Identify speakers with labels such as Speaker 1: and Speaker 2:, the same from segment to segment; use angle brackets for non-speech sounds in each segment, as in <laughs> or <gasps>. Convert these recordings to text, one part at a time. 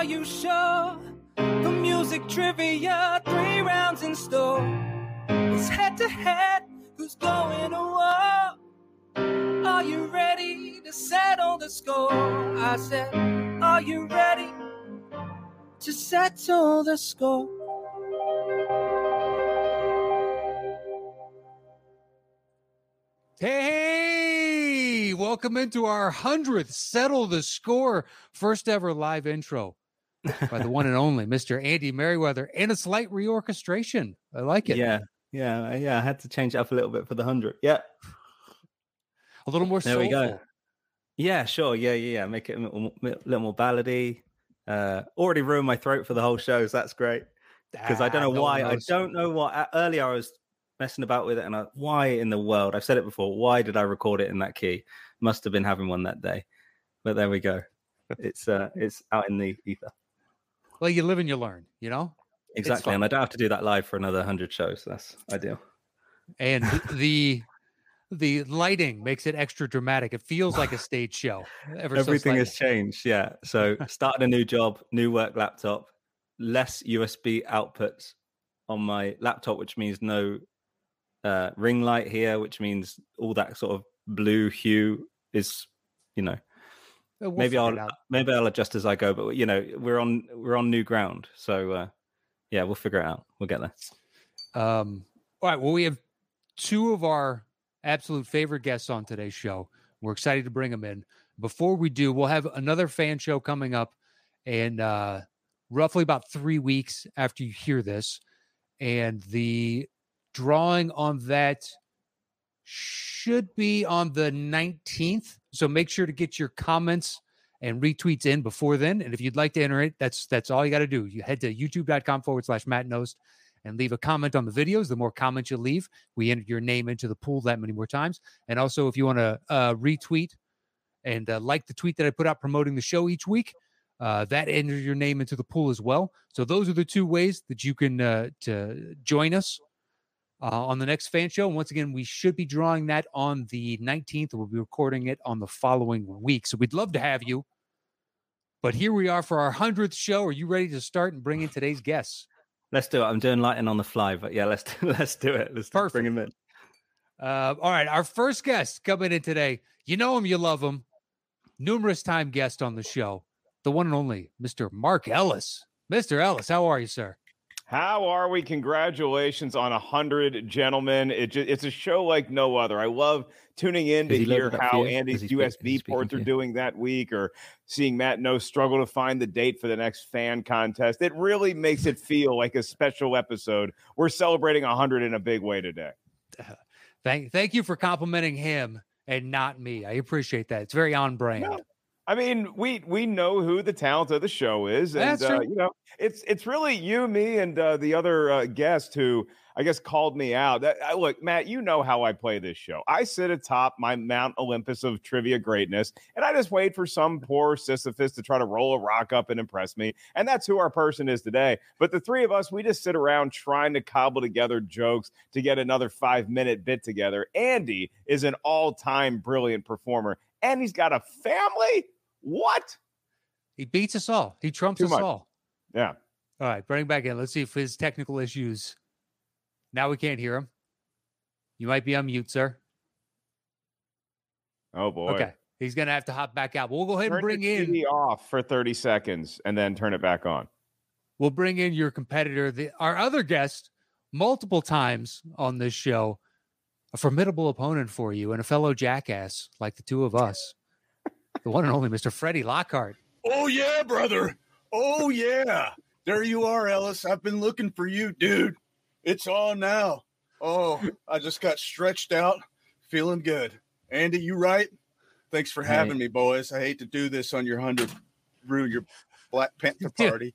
Speaker 1: too sure. The music trivia, three rounds in store. It's head to head, who's going to war? Are you ready to settle the score? I said, Are you ready to settle the score?
Speaker 2: Oh,
Speaker 3: Hey, welcome into our hundredth Settle the Score first ever live intro by the one and only Mr. Andy Merriweather and a slight reorchestration. I like it.
Speaker 4: Yeah, yeah, uh, yeah. I had to change it up a little bit for the hundred. Yeah,
Speaker 3: A little more
Speaker 4: There we go.
Speaker 3: soulful.
Speaker 4: yeah, sure. Yeah, yeah, yeah. Make it a little, more- little more ballady. Uh, already ruined my throat for the whole show, so that's great. Because I don't
Speaker 3: Ah,
Speaker 4: know
Speaker 3: no one
Speaker 4: why. I
Speaker 3: knows.
Speaker 4: don't know what. uh, Earlier, I was messing about with it, and I, why in the world? I've said it before. Why did I record it in that key? Must have been having one that day. But there we go. It's uh, it's out in the ether.
Speaker 3: Well, you live and you learn, you know?
Speaker 4: Exactly,
Speaker 3: fine.
Speaker 4: and I don't have to do that live for another hundred shows. That's ideal.
Speaker 3: And
Speaker 4: <laughs>
Speaker 3: the the lighting makes it extra dramatic. It feels like a stage show. Ever
Speaker 4: everything
Speaker 3: so
Speaker 4: has changed yeah so starting a new job new work laptop less usb outputs on my laptop which means no uh, ring light here which means all that sort of blue hue is you know
Speaker 3: slightly. Uh, we'll
Speaker 4: maybe
Speaker 3: figure
Speaker 4: i'll
Speaker 3: it out.
Speaker 4: maybe i'll adjust as i go but you know we're on we're on new ground so uh yeah we'll figure it out we'll get there
Speaker 3: Um, all right. Well, we have two of our absolute favorite guests on today's show. We're excited to bring them in. Before we do, we'll have another fan show coming up in uh, roughly about three weeks after you hear this. And the drawing on that should be on the 19th. So make sure to get your comments and retweets in before then. And if you'd like to enter it, that's that's all you got to do. You head to youtube.com forward slash Matt Nost and leave a comment on the videos. The more comments you leave, we enter your name into the pool that many more times. And also, if you want to uh, retweet and uh, like the tweet that I put out promoting the show each week, uh, that enters your name into the pool as well. So those are the two ways that you can uh, to join us uh, on the next fan show. And once again, we should be drawing that on the 19th. We'll be recording it on the following week. So we'd love to have you. But here we are for our 100th show. Are you ready to start and bring in today's guests?
Speaker 4: let's do it i'm doing lighting on the fly but yeah let's <laughs> let's do it let's
Speaker 3: Perfect.
Speaker 4: bring him in
Speaker 3: Uh, all right, our first guest coming in today. You know him, you love him. Numerous time guest on the show, the one and only Mr. Mark Ellis. Mr. Ellis, how are you, sir?
Speaker 5: How are we? Congratulations on a hundred, gentlemen! It ju- it's a show like no other. I love tuning in to
Speaker 4: Has he
Speaker 5: hear
Speaker 4: loaded up
Speaker 5: how
Speaker 4: for you? Has
Speaker 5: Andy's
Speaker 4: he speak- has he
Speaker 5: USB
Speaker 4: speaking
Speaker 5: ports
Speaker 4: to
Speaker 5: are
Speaker 4: you?
Speaker 5: doing that week, or seeing Matt No struggle to find the date for the next fan contest. It really makes it feel like a special episode. We're celebrating a hundred in a big way today.
Speaker 3: Thank, thank you for complimenting him and not me. I appreciate that. It's very on brand.
Speaker 5: No. I mean, we we know who the talent of the show is, and
Speaker 3: That's
Speaker 5: uh,
Speaker 3: true.
Speaker 5: you know, it's it's really you, me, and uh, the other uh, guest who I guess called me out. That, I, look, Matt, you know how I play this show. I sit atop my Mount Olympus of trivia greatness, and I just wait for some poor Sisyphus to try to roll a rock up and impress me, and that's who our person is today. But the three of us, we just sit around trying to cobble together jokes to get another five minute bit together. Andy is an all time brilliant performer. And he's got a family. What?
Speaker 3: He beats us all. He trumps
Speaker 5: Too
Speaker 3: us
Speaker 5: much.
Speaker 3: all.
Speaker 5: Yeah.
Speaker 3: All right, bring him back in. Let's see if his technical issues. Now we can't hear him. You might be on mute, sir.
Speaker 5: Oh boy.
Speaker 3: Okay. He's going to have to hop back out. We'll go ahead
Speaker 5: Turn
Speaker 3: and bring
Speaker 5: your
Speaker 3: in.
Speaker 5: TV off for 30 seconds and then turn it back on.
Speaker 3: we'll bring in your competitor, the, our other guest, multiple times on this show, a formidable opponent for you and a fellow jackass like the two of us, the one and only Mr. Freddie Lockhart.
Speaker 2: Oh yeah, brother. Oh yeah. There you are, Ellis. I've been looking for you, dude. It's on now. Oh, I just got stretched out, feeling good. Andy, you right? Thanks for having me, boys. I hate to do this on your hundred ruin your Black Panther
Speaker 3: <laughs> Dude.
Speaker 2: party.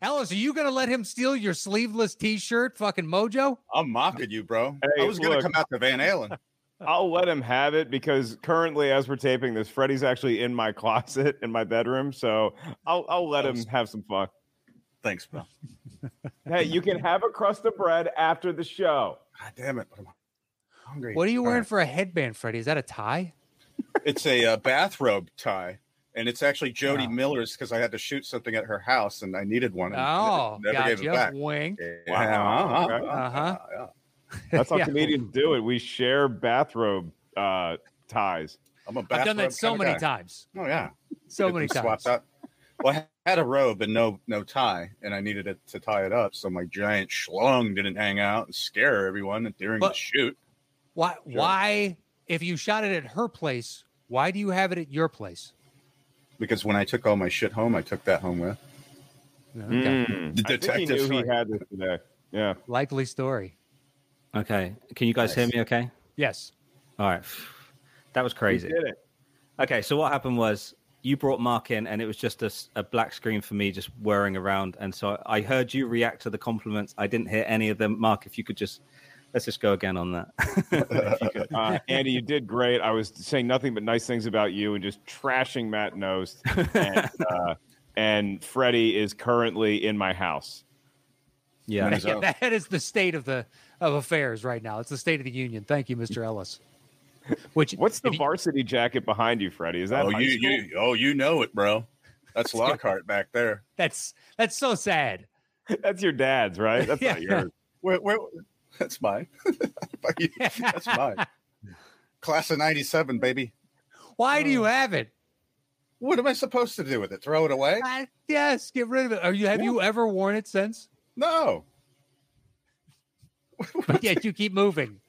Speaker 3: Ellis, are you going to let him steal your sleeveless T-shirt, fucking Mojo?
Speaker 2: I'm mocking you, bro.
Speaker 5: Hey,
Speaker 2: I was gonna
Speaker 5: look.
Speaker 2: come out to Van Allen.
Speaker 5: I'll let him have it because currently, as we're taping this, Freddie's actually in my <laughs> closet in my bedroom. So I'll, I'll let him have some fun.
Speaker 3: <laughs>
Speaker 2: Thanks, bro.
Speaker 5: Hey, you can have a crust of bread after the show.
Speaker 2: God damn it, but I'm hungry.
Speaker 3: What are you
Speaker 2: All
Speaker 3: wearing
Speaker 2: right.
Speaker 3: for a headband, Freddie? Is that a tie?
Speaker 2: It's a uh, bathrobe tie, and it's actually Jody
Speaker 3: Wow.
Speaker 2: Miller's because I had to shoot something at her house and I needed one. And
Speaker 3: Oh,
Speaker 2: never, never gave it
Speaker 3: gotcha.
Speaker 2: back.
Speaker 3: Wink.
Speaker 2: Wow.
Speaker 5: Okay.
Speaker 3: Uh-huh.
Speaker 2: Yeah.
Speaker 5: That's
Speaker 3: <laughs>
Speaker 5: how
Speaker 3: Yeah.
Speaker 5: comedians do it. We share bathrobe uh, ties.
Speaker 2: I'm a bathrobe
Speaker 3: I've done that so
Speaker 2: kinda
Speaker 3: many
Speaker 2: guy.
Speaker 3: times.
Speaker 2: Oh yeah,
Speaker 3: So
Speaker 2: Get
Speaker 3: many
Speaker 2: them
Speaker 3: times.
Speaker 2: swapped out. Well, I had a robe and no no tie, and I needed it to tie it up so my giant schlong didn't hang out and scare everyone during the
Speaker 3: But-
Speaker 2: shoot.
Speaker 3: Why? Why? If you shot it at her place, why do you have it at your place?
Speaker 2: Because when I took all my shit home, I took that home with
Speaker 3: Okay.
Speaker 5: Mm.
Speaker 2: the
Speaker 5: I think he
Speaker 2: detective.
Speaker 5: knew he had this today. Yeah.
Speaker 2: Hmm.
Speaker 3: Likely story.
Speaker 4: Okay. Can you guys hear
Speaker 2: Nice.
Speaker 4: me okay?
Speaker 3: Yes.
Speaker 4: All right. That was crazy.
Speaker 5: He did it.
Speaker 4: Okay, so what happened was you brought Mark in, and it was just a, s- a black screen for me just whirring around. And so I heard you react to the compliments. I didn't hear any of them. Mark, if you could just let's just go again on that. <laughs> If you could.
Speaker 5: Uh, Andy, you did great. I was saying nothing but nice things about you and just trashing Matt Nost. And, uh, and Freddie is currently in my house.
Speaker 4: yeah.
Speaker 2: Nice.
Speaker 3: Yeah,
Speaker 2: So-
Speaker 3: that is the state of the of affairs right now. It's the state of the union. Thank you, Mr. Ellis. Which
Speaker 5: What's the
Speaker 3: if you-
Speaker 5: varsity jacket behind you, Freddie? Is that
Speaker 2: Oh,
Speaker 5: high
Speaker 2: you
Speaker 5: school?
Speaker 2: you oh you know it, bro.
Speaker 3: <laughs>
Speaker 2: That's Lockhart back there.
Speaker 3: that's that's so sad.
Speaker 5: <laughs> That's your dad's, right? That's not
Speaker 3: Yeah.
Speaker 5: yours.
Speaker 2: Where, where, that's mine. <laughs> that's mine.
Speaker 3: <laughs>
Speaker 2: Class of '97, baby.
Speaker 3: Why do you
Speaker 2: Oh.
Speaker 3: have it?
Speaker 2: What am I supposed to do with it? Throw it away?
Speaker 3: I- yes, get rid of it. Are you have you ever worn it since?
Speaker 2: No.
Speaker 3: But yet you keep moving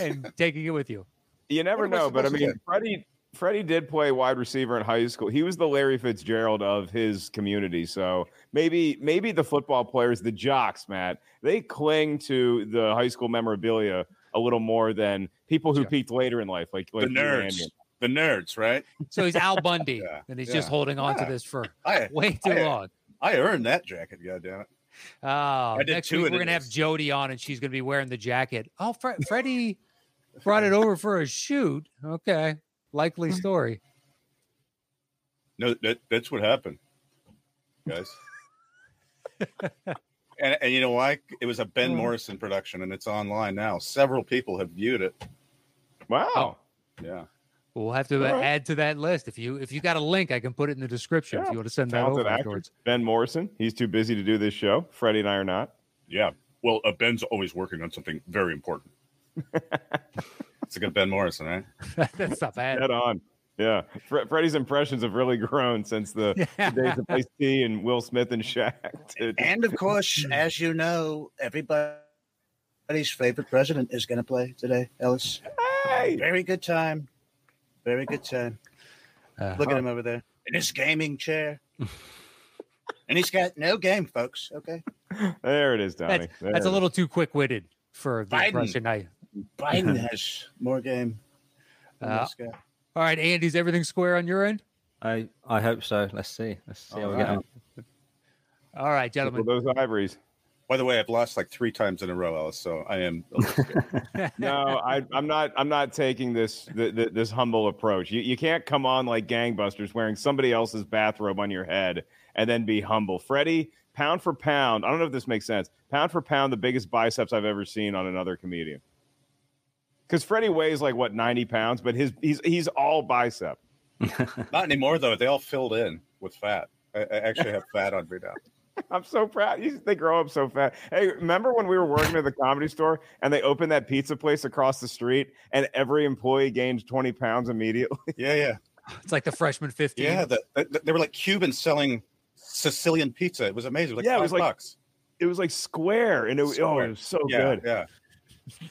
Speaker 3: and taking it with you.
Speaker 5: You never
Speaker 2: What am I
Speaker 5: know, but I
Speaker 2: supposed to
Speaker 5: mean,
Speaker 2: do?
Speaker 5: Freddie Freddie did play wide receiver in high school. He was the Larry Fitzgerald of his community. So maybe maybe the football players, the jocks, Matt, they cling to the high school memorabilia a little more than people who
Speaker 3: Yeah.
Speaker 5: peaked later in life, like, like
Speaker 2: the
Speaker 5: you,
Speaker 2: nerds.
Speaker 5: Andy.
Speaker 2: The nerds, right?
Speaker 3: So he's Al Bundy,
Speaker 2: Yeah,
Speaker 3: and he's
Speaker 2: yeah,
Speaker 3: just holding on
Speaker 2: yeah.
Speaker 3: to this
Speaker 2: <laughs>
Speaker 3: for
Speaker 2: I
Speaker 3: way too
Speaker 2: I-
Speaker 3: long.
Speaker 2: I earned that jacket, goddammit.
Speaker 3: Oh,
Speaker 2: I did
Speaker 3: next
Speaker 2: two
Speaker 3: week
Speaker 2: of
Speaker 3: we're gonna have
Speaker 2: these.
Speaker 3: Jody on, and she's gonna be wearing the jacket. Oh, Fre- Freddie brought it over for a shoot. Okay,
Speaker 2: <laughs>
Speaker 3: likely story.
Speaker 2: No, that, that's what happened,
Speaker 5: <laughs>
Speaker 2: guys. and, and you know why? It was a Ben Morrison production, and it's online now. Several people have viewed it.
Speaker 5: Wow.
Speaker 2: Yeah,
Speaker 3: We'll have to
Speaker 5: All right.
Speaker 3: add to that list. If you if you got a link, I can put it in the description. if
Speaker 5: Yeah,
Speaker 3: you want to send that
Speaker 5: Talented
Speaker 3: over
Speaker 5: actor.
Speaker 3: afterwards.
Speaker 5: Ben Morrison, he's too busy to do this show. Freddie and I are not.
Speaker 2: yeah. Well, uh, Ben's always working on something
Speaker 5: <laughs>
Speaker 2: very important. it's a good Ben Morrison, right?
Speaker 3: <laughs> That's not bad.
Speaker 5: Head on. Yeah. Fre- Freddie's impressions have really <laughs> grown since the,
Speaker 3: <laughs> Yeah.
Speaker 5: the days of Ice T and Will Smith and Shaq. to-
Speaker 6: And of course, as you know, everybody's favorite president is going to play today, Ellis.
Speaker 5: Hey!
Speaker 6: Very good time. Very good time.
Speaker 3: Uh,
Speaker 6: Look at him over there in his gaming chair. and he's got no game, folks. Okay.
Speaker 5: There it is, Donnie.
Speaker 3: that's,
Speaker 5: There
Speaker 3: that's
Speaker 5: it
Speaker 3: a
Speaker 5: is.
Speaker 3: little too quick witted for the
Speaker 6: Biden.
Speaker 3: impression I.
Speaker 6: Biden has more game. than
Speaker 3: Uh,
Speaker 6: this guy.
Speaker 3: All right, Andy's everything square on your end.
Speaker 4: I I hope so. Let's see. Let's see how
Speaker 2: All
Speaker 4: we get
Speaker 2: right.
Speaker 4: on.
Speaker 3: All right,
Speaker 5: Well,
Speaker 3: gentlemen.
Speaker 5: those ivories.
Speaker 2: By the way, I've lost like three times in a row, Ellis, so
Speaker 5: <laughs>
Speaker 2: I am. a little scared.
Speaker 5: No,
Speaker 3: <laughs>
Speaker 5: I, I'm not. I'm not taking this th- th- this humble approach. You, you can't come on like gangbusters wearing somebody else's bathrobe on your head and then be humble. Freddie, pound for pound, I don't know if this makes sense. Pound for pound, the biggest biceps I've ever seen on another comedian. Because Freddie weighs like what 90 pounds, but his he's he's all bicep.
Speaker 2: Not anymore, though. They all filled in with fat. I, I actually have fat on me now.
Speaker 5: I'm so proud. You, they grow up so fast. Hey, remember when we were working at the comedy store and they opened that pizza place across the street and every employee gained 20 pounds immediately? <laughs>
Speaker 2: Yeah, yeah.
Speaker 3: It's like the freshman fifteen.
Speaker 2: Yeah, the, the, they were like Cubans selling Sicilian pizza. It was amazing. Like
Speaker 5: Yeah, it
Speaker 2: five
Speaker 5: was like-
Speaker 2: bucks.
Speaker 5: It was like square and it, was oh, it was so
Speaker 2: yeah,
Speaker 5: good.
Speaker 2: Yeah,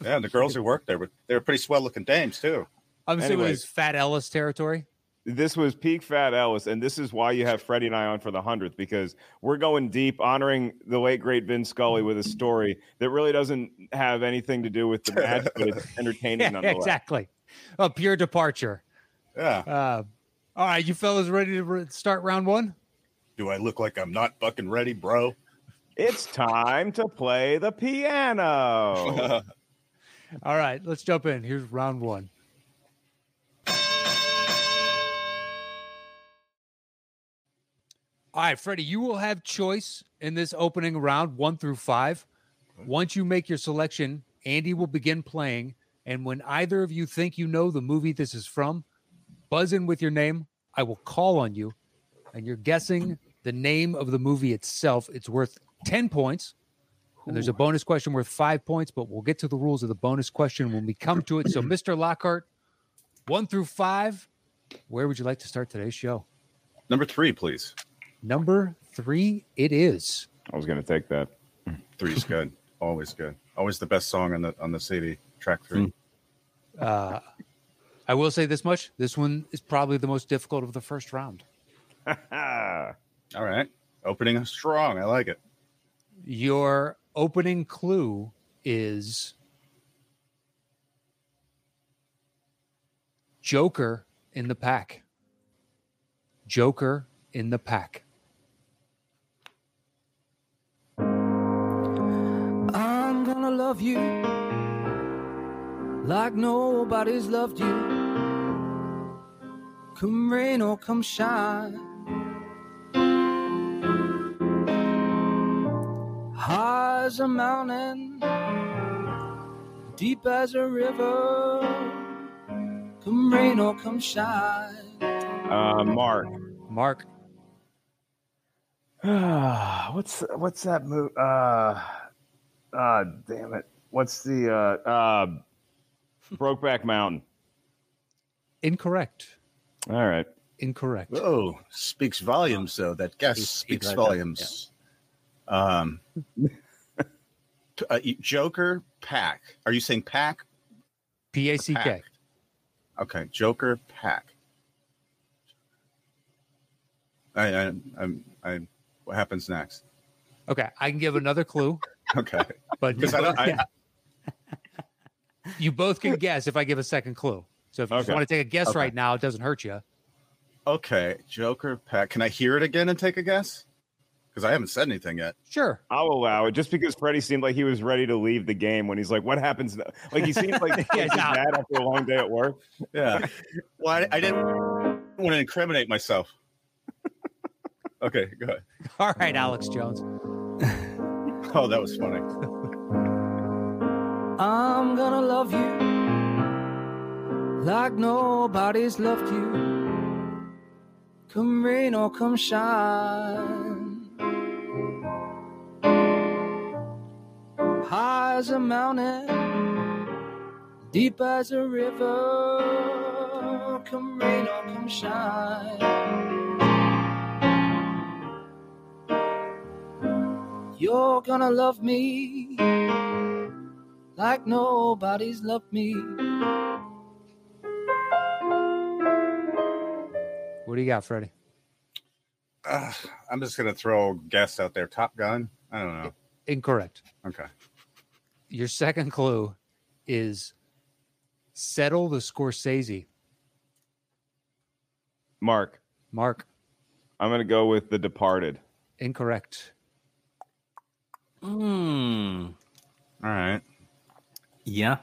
Speaker 2: yeah. And the girls who worked there were they were pretty swell looking dames too.
Speaker 3: I'm assuming
Speaker 5: anyway.
Speaker 3: it's Fat Ellis territory. <laughs>
Speaker 5: This was peak Fat Ellis, and this is why you have Freddie and I on for the hundredth because we're going deep, honoring the late great Vin Scully with a story that really doesn't have anything to do with the match, but it's entertaining
Speaker 3: Yeah,
Speaker 5: nonetheless.
Speaker 3: exactly. A pure departure.
Speaker 2: Yeah.
Speaker 3: Uh, all right, you fellas ready to re- start round one?
Speaker 2: Do I look like I'm not fucking ready, bro?
Speaker 5: It's time to play the piano.
Speaker 3: All right, let's jump in. Here's round one. All right, Freddie, you will have choice in this opening round, one through five. Once you make your selection, Andy will begin playing. And when either of you think you know the movie this is from, buzz in with your name. I will call on you, and you're guessing the name of the movie itself. It's worth 10 points. And there's a bonus question worth five points, but we'll get to the rules of the bonus question when we come to <clears throat> it. So, Mr. Lockhart, one through five, where would you like to start today's show?
Speaker 2: Number three, please.
Speaker 3: Number three, it is.
Speaker 5: I was going to take that.
Speaker 2: Three's good. Always good. Always the best song on the on the CD. Track three.
Speaker 3: Uh, I will say this much this one is probably the most difficult of the first round.
Speaker 5: Ah,
Speaker 2: All right. Opening strong. I like it.
Speaker 3: Your opening clue is Joker in the pack. Joker in the pack.
Speaker 1: I'm gonna love you like nobody's loved you. Come rain or come shine. High as a mountain, deep as a river. Come rain or come shine.
Speaker 5: uh, Mark.
Speaker 3: Mark,
Speaker 5: Ah, <sighs> what's what's that move? Uh, uh, damn it! What's the uh, uh, Brokeback Mountain?
Speaker 3: incorrect.
Speaker 5: All right,
Speaker 3: Incorrect.
Speaker 2: Oh, speaks volumes, though. That guess speaks
Speaker 4: like that,
Speaker 2: volumes. Um, <laughs> t- uh, Joker pack. Are you saying pack?
Speaker 3: P A C K.
Speaker 2: Pack. Okay, Joker pack. I, I, I'm, I'm. What happens next?
Speaker 3: Okay, I can give another clue,
Speaker 2: Okay, <laughs>
Speaker 3: but you,
Speaker 2: because I
Speaker 3: both,
Speaker 2: don't. I,
Speaker 3: you both can guess if I give a second clue. So if you just
Speaker 5: Okay.
Speaker 3: want to take a guess
Speaker 2: Okay.
Speaker 3: right now, it doesn't hurt you.
Speaker 2: okay, Joker pack. Can I hear it again and take a guess? Because I haven't said anything yet.
Speaker 3: Sure. <laughs>
Speaker 5: I'll allow it. Just because Freddie seemed like he was ready to leave the game when he's like, "What happens?" now?" Like he seems
Speaker 2: <laughs>
Speaker 5: like
Speaker 3: Yeah,
Speaker 5: he's
Speaker 3: no.
Speaker 5: mad after a long day at work.
Speaker 2: Yeah. <laughs> Well, I, I didn't want to incriminate myself. Okay, go ahead.
Speaker 3: All right, Alex Jones.
Speaker 2: Oh, that was funny.
Speaker 1: I'm gonna love you like nobody's loved you. Come rain or come shine. High as a mountain, deep as a river. Come rain or come shine. You're gonna love me like nobody's loved me.
Speaker 3: What do you got, Freddie?
Speaker 2: Uh, I'm just gonna throw a guess out there. Top Gun. I don't know.
Speaker 3: Incorrect.
Speaker 2: Okay.
Speaker 3: Your second clue is settle the Scorsese.
Speaker 5: Mark,
Speaker 3: Mark,
Speaker 5: I'm gonna go with The Departed.
Speaker 3: incorrect.
Speaker 4: Hmm.
Speaker 2: All right.
Speaker 4: Yeah.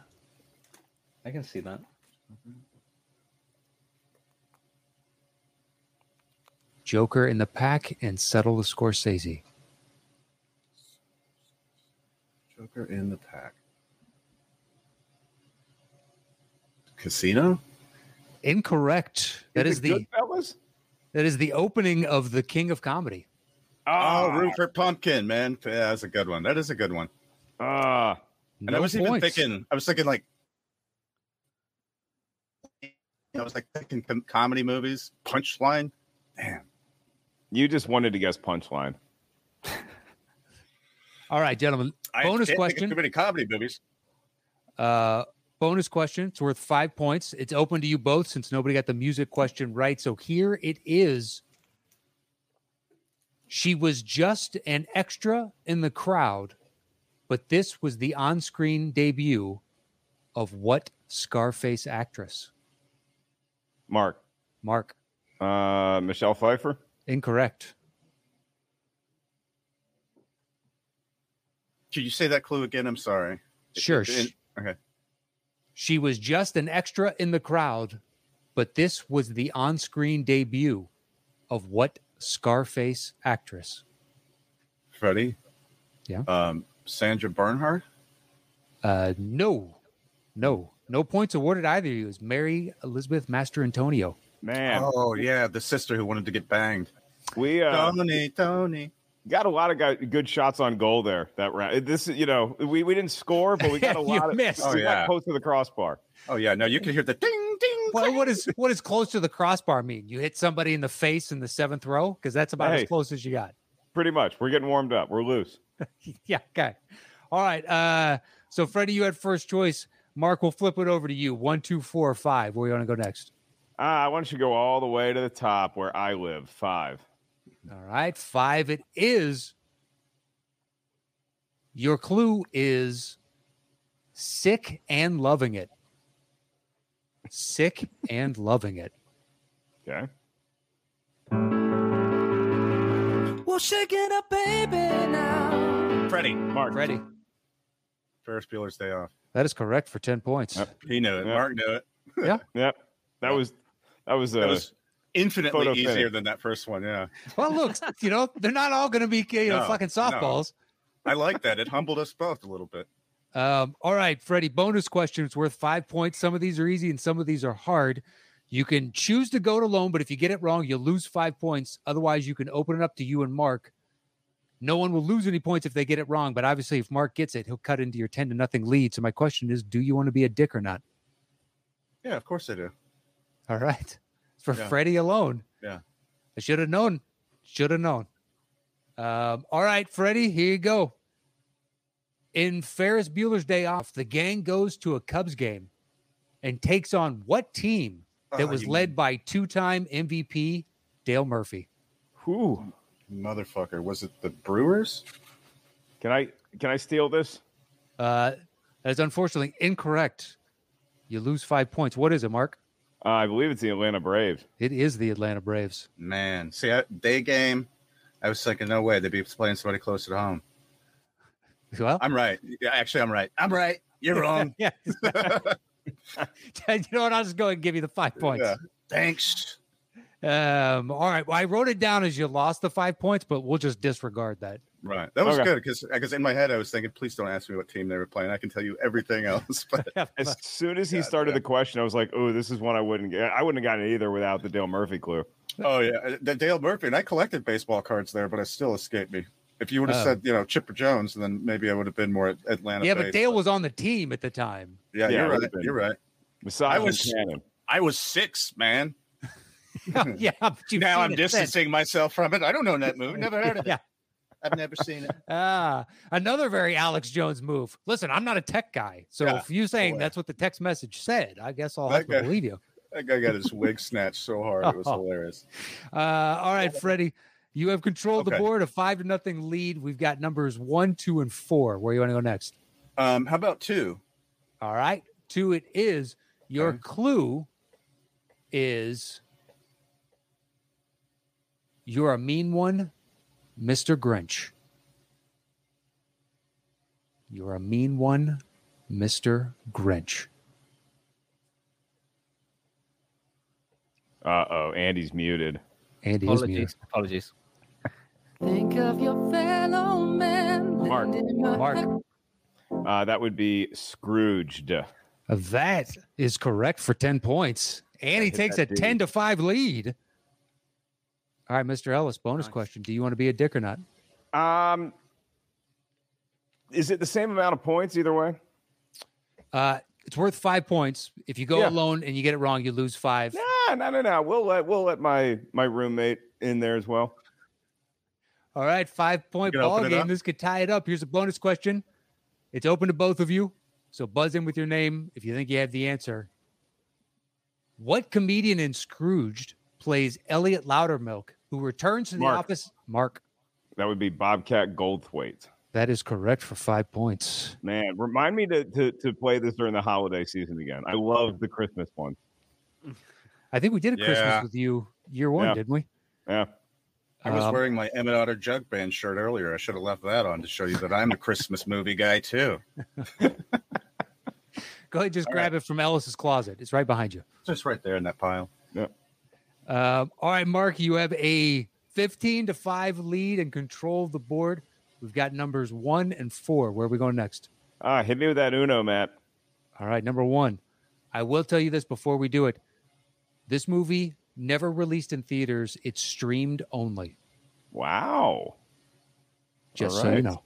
Speaker 4: I can see that.
Speaker 3: Joker in the pack and settle the Scorsese.
Speaker 2: Joker in the pack. Casino.
Speaker 3: Incorrect. That is the
Speaker 5: fellas.
Speaker 3: that is the opening of the King of Comedy.
Speaker 2: Oh,
Speaker 3: Ah.
Speaker 2: Room for Pumpkin, man. Yeah, That's a good one. That is a good one.
Speaker 5: Ah,
Speaker 2: And
Speaker 3: No
Speaker 2: I was even
Speaker 3: points.
Speaker 2: thinking. I was thinking like. I was like thinking com- comedy movies. Punchline. Damn.
Speaker 5: you just wanted to guess punchline.
Speaker 3: All right, gentlemen.
Speaker 2: I
Speaker 3: Bonus
Speaker 2: can't think of
Speaker 3: question.
Speaker 2: Too many comedy movies.
Speaker 3: Uh, bonus question. It's worth five points. It's open to you both since nobody got the music question right. So here it is. She was just an extra in the crowd, but this was the on screen debut of what Scarface actress?
Speaker 5: Mark,
Speaker 3: Mark,
Speaker 5: uh, Michelle Pfeiffer.
Speaker 3: incorrect.
Speaker 2: Could you say that clue again? I'm sorry.
Speaker 3: Sure.
Speaker 2: It- it-
Speaker 3: sh-
Speaker 2: okay.
Speaker 3: She was just an extra in the crowd, but this was the on screen debut of what Scarface actress?
Speaker 2: Freddie.
Speaker 3: Yeah.
Speaker 2: Um, Sandra Bernhardt.
Speaker 3: Uh, no, no, no points awarded either. of you. It was Mary Elizabeth Master Antonio.
Speaker 5: Man,
Speaker 2: Oh yeah, the sister who wanted to get banged.
Speaker 5: we uh,
Speaker 2: Tony, Tony.
Speaker 5: got a lot of guy- good shots on goal there that round. This is, you know, we, we didn't
Speaker 3: <laughs>
Speaker 5: score, but we got a
Speaker 3: You
Speaker 5: lot of
Speaker 3: missed.
Speaker 5: we
Speaker 2: Oh,
Speaker 5: got
Speaker 2: yeah.
Speaker 5: close to the crossbar.
Speaker 2: Oh yeah, no, you can hear the ding, ding.
Speaker 3: Well, what is what is close to the crossbar mean? You hit somebody in the face in the seventh row because that's about
Speaker 5: Hey.
Speaker 3: as close as you got. <laughs>
Speaker 5: Pretty much. We're getting warmed up. We're loose.
Speaker 3: yeah. Okay. All right. Uh, so Freddie, you had first choice. Mark, we'll flip it over to you. One, two, four, or five. Where you want to go next?
Speaker 5: Ah, why don't you go all the way to the top where I live? Five.
Speaker 3: All right. Five. It is. Your clue is sick and loving it. Sick and loving it.
Speaker 5: Okay.
Speaker 1: Well, shake it up, baby, now.
Speaker 2: Freddie.
Speaker 5: Mark.
Speaker 3: Freddie,
Speaker 2: Ferris Bueller's Day Off.
Speaker 3: that is correct for 10 points.
Speaker 5: Yep.
Speaker 2: He knew it.
Speaker 5: Yeah.
Speaker 2: Mark knew it.
Speaker 5: Yep. That was that was uh
Speaker 2: That was infinitely
Speaker 5: photo
Speaker 2: easier
Speaker 5: finish.
Speaker 2: than that first one. Yeah,
Speaker 3: Well, look, you know, they're not all going to be, you know,
Speaker 2: No,
Speaker 3: fucking
Speaker 2: no.
Speaker 3: softballs.
Speaker 2: I like that. It humbled us both a little bit.
Speaker 3: Um, all right, Freddie, bonus questions worth five points. Some of these are easy and some of these are hard. You can choose to go it alone, but if you get it wrong, you lose five points. Otherwise, you can open it up to you and Mark. No one will lose any points if they get it wrong, but obviously, if Mark gets it, he'll cut into your 10 to nothing lead. So, my question is do you want to be a dick or not?
Speaker 2: Yeah, of course I do.
Speaker 3: All right, for
Speaker 2: Yeah.
Speaker 3: Freddie alone.
Speaker 2: Yeah.
Speaker 3: I should have known. Should have known. Um, all right, Freddie, here you go. In Ferris Bueller's Day Off, the gang goes to a Cubs game and takes on what team that
Speaker 2: Oh,
Speaker 3: was
Speaker 2: you
Speaker 3: led by two time MVP Dale Murphy?
Speaker 5: whew.
Speaker 2: Motherfucker, was it the Brewers?
Speaker 5: Can I can I steal this?
Speaker 3: Uh, that is unfortunately incorrect. You lose five points. What is it, Mark?
Speaker 5: Uh, I believe it's the Atlanta Braves.
Speaker 3: It is the Atlanta Braves. <laughs>
Speaker 2: Man, see, I, day game. I was thinking, no way, they'd be playing somebody close at home.
Speaker 3: Well,
Speaker 2: I'm right. Yeah, actually, I'm right. I'm right. You're wrong.
Speaker 3: yeah. <laughs> you know what? I'll just go ahead and give you the five points.
Speaker 2: Yeah.
Speaker 6: Thanks.
Speaker 3: Um, all right. Well, I wrote it down as you lost the five points, but we'll just disregard that.
Speaker 2: <laughs> Right. That was
Speaker 5: Okay.
Speaker 2: good because in my head I was thinking, please don't ask me what team they were playing. I can tell you everything <laughs> else. But
Speaker 5: As soon as he
Speaker 2: God
Speaker 5: started
Speaker 2: damn.
Speaker 5: the question, I was like, "Oh, this is one I wouldn't get. I wouldn't have gotten it either without the Dale Murphy clue."
Speaker 2: oh yeah, the Dale Murphy and I collected baseball cards there, but it still escaped me. If you would have
Speaker 3: Oh.
Speaker 2: said, you know, Chipper Jones, then maybe I would have been more Atlanta.
Speaker 3: yeah, but Dale was on the team at the
Speaker 2: <laughs>
Speaker 3: time. <laughs>
Speaker 5: Yeah,
Speaker 2: Yeah,
Speaker 5: it
Speaker 2: you're
Speaker 5: would've
Speaker 2: right.
Speaker 5: been.
Speaker 2: You're right.
Speaker 5: Besides,
Speaker 2: I was-
Speaker 5: Cannon.
Speaker 2: I was six, man.
Speaker 3: yeah, but you've
Speaker 2: now
Speaker 3: seen
Speaker 2: I'm
Speaker 3: it since.
Speaker 2: distancing myself from it. I don't know that movie. Never heard of it.
Speaker 3: Yeah.
Speaker 6: I've never seen it.
Speaker 3: Ah, another very Alex Jones move. Listen, I'm not a tech guy, so
Speaker 2: Yeah,
Speaker 3: if you saying
Speaker 2: way.
Speaker 3: that's what the text message said, I guess I'll have to
Speaker 2: Okay.
Speaker 3: believe you.
Speaker 2: <laughs> That guy got his wig snatched so hard it was
Speaker 3: Oh.
Speaker 2: hilarious.
Speaker 3: Uh, all right, Freddie, you have controlled the
Speaker 2: Okay.
Speaker 3: board. A five to nothing lead. We've got numbers one, two, and four. Where you want to go next?
Speaker 2: Um, how about two?
Speaker 3: All right. Two, it is your
Speaker 2: Okay.
Speaker 3: clue is you're a mean one, Mr. Grinch. You're a mean one, Mr. Grinch.
Speaker 5: Uh oh, Andy's muted.
Speaker 3: Andy is muted.
Speaker 4: Apologies. Apologies.
Speaker 1: Think of your fellow man.
Speaker 5: Mark.
Speaker 3: Mark,
Speaker 5: Uh, that would be Scrooged.
Speaker 3: that is correct for 10 points. Andy
Speaker 5: hit
Speaker 3: takes a
Speaker 5: that D.
Speaker 3: 10 to 5 lead. All right, Mr. Ellis, bonus
Speaker 4: Nice.
Speaker 3: question. Do you want to be a dick or not?
Speaker 5: Um, is it the same amount of points either way?
Speaker 3: Uh, it's worth five points. If you go
Speaker 5: Yeah.
Speaker 3: alone and you get it wrong, you lose five.
Speaker 5: No, no, no, no. We'll let we'll let my my roommate in there as well.
Speaker 3: All right, five point
Speaker 2: You gonna
Speaker 3: ball
Speaker 2: open it
Speaker 3: game.
Speaker 2: up?
Speaker 3: This could tie it up. Here's a bonus question. It's open to both of you. So buzz in with your name if you think you have the answer. What comedian in Scrooged plays Elliot Loudermilk, who returns to the
Speaker 5: Mark.
Speaker 3: office? Mark,
Speaker 5: That would be Bobcat Goldthwait.
Speaker 3: that is correct for five points.
Speaker 5: Man, remind me to, to to play this during the holiday season again. I love the Christmas one.
Speaker 3: I think we did a Christmas
Speaker 2: Yeah.
Speaker 3: with you year one,
Speaker 5: Yeah.
Speaker 3: didn't we?
Speaker 5: Yeah.
Speaker 2: I was
Speaker 3: Um,
Speaker 2: wearing my Emmett Otter Jug Band shirt earlier. I should have left that on to show you that I'm a Christmas movie guy too.
Speaker 3: Go ahead, just
Speaker 2: All
Speaker 3: grab it from Ellis's closet. It's right behind you.
Speaker 2: Just right there in that pile.
Speaker 3: Um, all right, Mark, you have a 15 to 5 lead and control of the board. We've got numbers one and four. Where are we going next?
Speaker 5: Ah, hit me with that Uno, Matt.
Speaker 3: All right, number one. I will tell you this before we do it. This movie Never released in theaters. It's streamed only.
Speaker 5: Wow.
Speaker 3: Just
Speaker 5: All
Speaker 3: so you
Speaker 5: right.
Speaker 3: know,